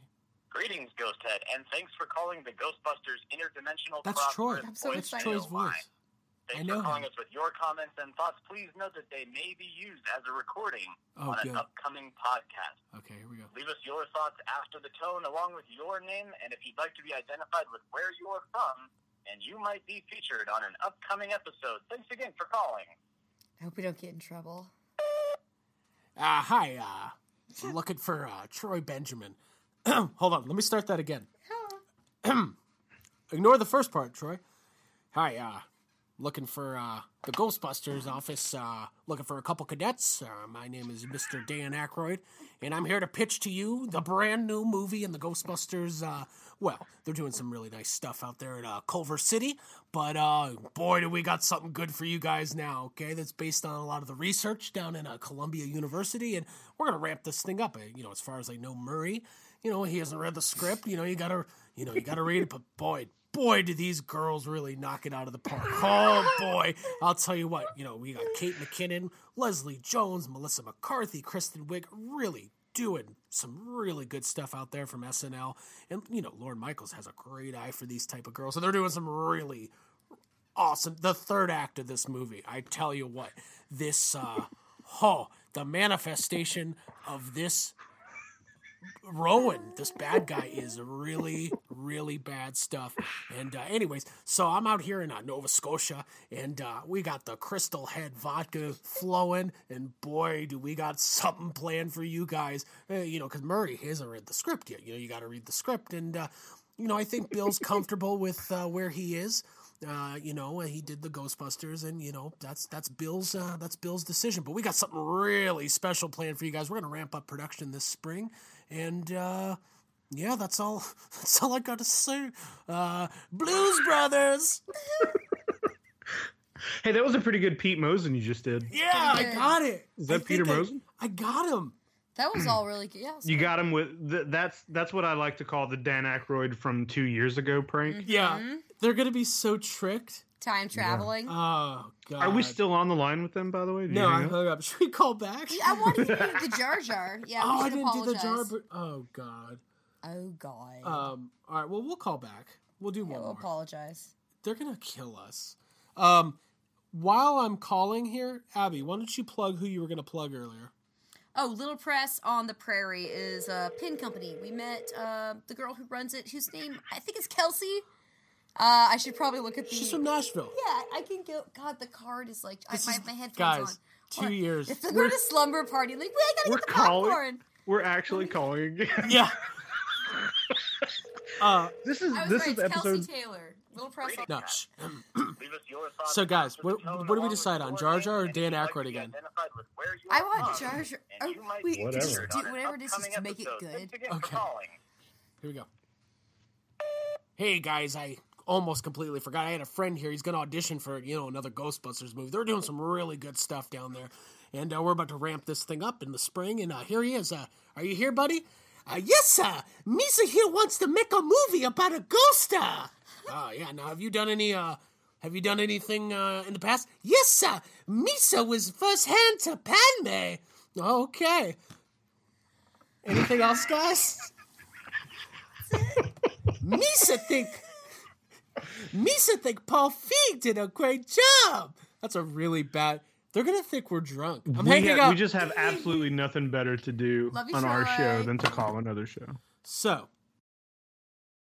[SPEAKER 8] Greetings, Ghosthead, and thanks for calling the Ghostbusters Interdimensional
[SPEAKER 10] That's
[SPEAKER 8] Prop
[SPEAKER 10] Troy.
[SPEAKER 8] Group
[SPEAKER 10] That's Troy's
[SPEAKER 8] voicemail
[SPEAKER 10] voice.
[SPEAKER 8] line. Thanks
[SPEAKER 10] I know
[SPEAKER 8] for calling
[SPEAKER 10] him.
[SPEAKER 8] us with your comments and thoughts. Please note that they may be used as a recording
[SPEAKER 10] Oh,
[SPEAKER 8] on
[SPEAKER 10] good.
[SPEAKER 8] an upcoming podcast.
[SPEAKER 10] Okay, here we go.
[SPEAKER 8] Leave us your thoughts after the tone, along with your name, and if you'd like to be identified with where you are from, and you might be featured on an upcoming episode. Thanks again for calling.
[SPEAKER 17] I hope we don't get in trouble.
[SPEAKER 10] Uh, hi. Uh, I'm looking for uh, Troy Benjamin. Hold on. Let me start that again. Ignore the first part, Troy. Hi. Uh,
[SPEAKER 8] looking for uh, the Ghostbusters office, uh, looking for a couple cadets. Uh, my name is Mr. Dan Aykroyd, and I'm here to pitch to you the brand new movie and the Ghostbusters. Uh, well, they're doing some really nice stuff out there in uh, Culver City, but uh, boy, do we got something good for you guys now, okay? That's based on a lot of the research down in uh, Columbia University, and we're going to ramp this thing up. Uh, You know, as far as I know, Murray, you know, he hasn't read the script. You know, you got to, you know, you got to read it, but boy, boy, do these girls really knock it out of the park. Oh boy, I'll tell you what. You know, we got Kate McKinnon, Leslie Jones, Melissa McCarthy, Kristen Wiig, really doing some really good stuff out there from SNL. And you know, Lauren Michaels has a great eye for these type of girls, so they're doing some really awesome. The third act of this movie, I tell you what, this uh, oh, the manifestation of this Rowan, this bad guy, is really, really bad stuff. And uh, anyways, so I'm out here in uh, Nova Scotia, and uh, we got the Crystal Head vodka flowing, and boy, do we got something planned for you guys. Uh, you know, because Murray he hasn't read the script yet. You know, you got to read the script, and uh, you know, I think Bill's comfortable with uh, where he is. Uh, you know, he did the Ghostbusters, and you know that's that's Bill's uh, that's Bill's decision. But we got something really special planned for you guys. We're gonna ramp up production this spring, and uh, yeah, that's all. That's all I gotta say. Uh, Blues Brothers.
[SPEAKER 9] Hey, that was a pretty good Pete Mosen you just did.
[SPEAKER 8] Yeah, I got it.
[SPEAKER 9] Is that
[SPEAKER 8] I think
[SPEAKER 9] Peter
[SPEAKER 8] I-
[SPEAKER 9] Mosen?
[SPEAKER 8] I got him.
[SPEAKER 5] That was all really good. Yeah.
[SPEAKER 9] You got him with th- that's that's what I like to call the Dan Aykroyd from two years ago prank.
[SPEAKER 8] Yeah, they're gonna be so tricked.
[SPEAKER 5] Time traveling.
[SPEAKER 8] Oh God.
[SPEAKER 9] Are we still on the line with them? By the way, Did you
[SPEAKER 8] No, I
[SPEAKER 9] hang up?
[SPEAKER 8] hung up. Should we call back?
[SPEAKER 5] I wanted to do the Jar Jar. Yeah.
[SPEAKER 8] oh,
[SPEAKER 5] we
[SPEAKER 8] I
[SPEAKER 5] should
[SPEAKER 8] didn't do the
[SPEAKER 5] apologize.
[SPEAKER 8] jar. But, oh God.
[SPEAKER 5] Oh God.
[SPEAKER 8] Um. All right. Well, we'll call back. We'll do one
[SPEAKER 5] we'll
[SPEAKER 8] more.
[SPEAKER 5] apologize.
[SPEAKER 8] They're gonna kill us. Um. While I'm calling here, Abby, why don't you plug who you were gonna plug earlier?
[SPEAKER 5] Oh, Little Press on the Prairie is a pin company. We met uh, the girl who runs it, whose name I think is Kelsey. Uh, I should probably look at the.
[SPEAKER 8] She's from Nashville.
[SPEAKER 5] Yeah, I can go. God, the card is like I,
[SPEAKER 8] This
[SPEAKER 5] my,
[SPEAKER 8] is-
[SPEAKER 5] my headphones on.
[SPEAKER 8] Guys,
[SPEAKER 5] Hold
[SPEAKER 8] two
[SPEAKER 5] on.
[SPEAKER 8] years.
[SPEAKER 5] If they go
[SPEAKER 8] We're-
[SPEAKER 5] to slumber party, like wait, I gotta
[SPEAKER 9] We're
[SPEAKER 5] get the
[SPEAKER 9] calling-
[SPEAKER 5] popcorn.
[SPEAKER 9] We're actually calling again.
[SPEAKER 8] Yeah. uh,
[SPEAKER 9] this is
[SPEAKER 5] I was
[SPEAKER 9] this
[SPEAKER 5] right.
[SPEAKER 9] is
[SPEAKER 5] it's
[SPEAKER 9] episode.
[SPEAKER 5] Kelsey Taylor. Little press. on-
[SPEAKER 8] No. shh. so, guys, what, what do we decide on? Jar Jar or Dan Aykroyd again?
[SPEAKER 5] I want Jar Jar. Oh, we
[SPEAKER 8] be
[SPEAKER 5] just
[SPEAKER 8] featured
[SPEAKER 5] do
[SPEAKER 8] on an
[SPEAKER 5] whatever it is just to make it good.
[SPEAKER 8] Okay. Here we go. Hey guys, I almost completely forgot. I had a friend here. He's going to audition for, you know, another Ghostbusters movie. They're doing some really good stuff down there. And uh, we're about to ramp this thing up in the spring. And uh, here he is. Uh, are you here, buddy? Uh, yes, sir. Misa here wants to make a movie about a ghost. uh. Oh, yeah. Now, have you done any, uh, have you done anything, uh, in the past? Yes, sir. Misa was first hand to Padme. Okay. Anything else, guys? Misa think Misa think Paul Feig did a great job. That's a really bad. They're gonna think we're drunk. I'm
[SPEAKER 9] we,
[SPEAKER 8] hanging
[SPEAKER 9] ha-
[SPEAKER 8] up.
[SPEAKER 9] we just have absolutely nothing better to do
[SPEAKER 8] Love you,
[SPEAKER 9] on our
[SPEAKER 8] Troy.
[SPEAKER 9] show than to call another show.
[SPEAKER 8] So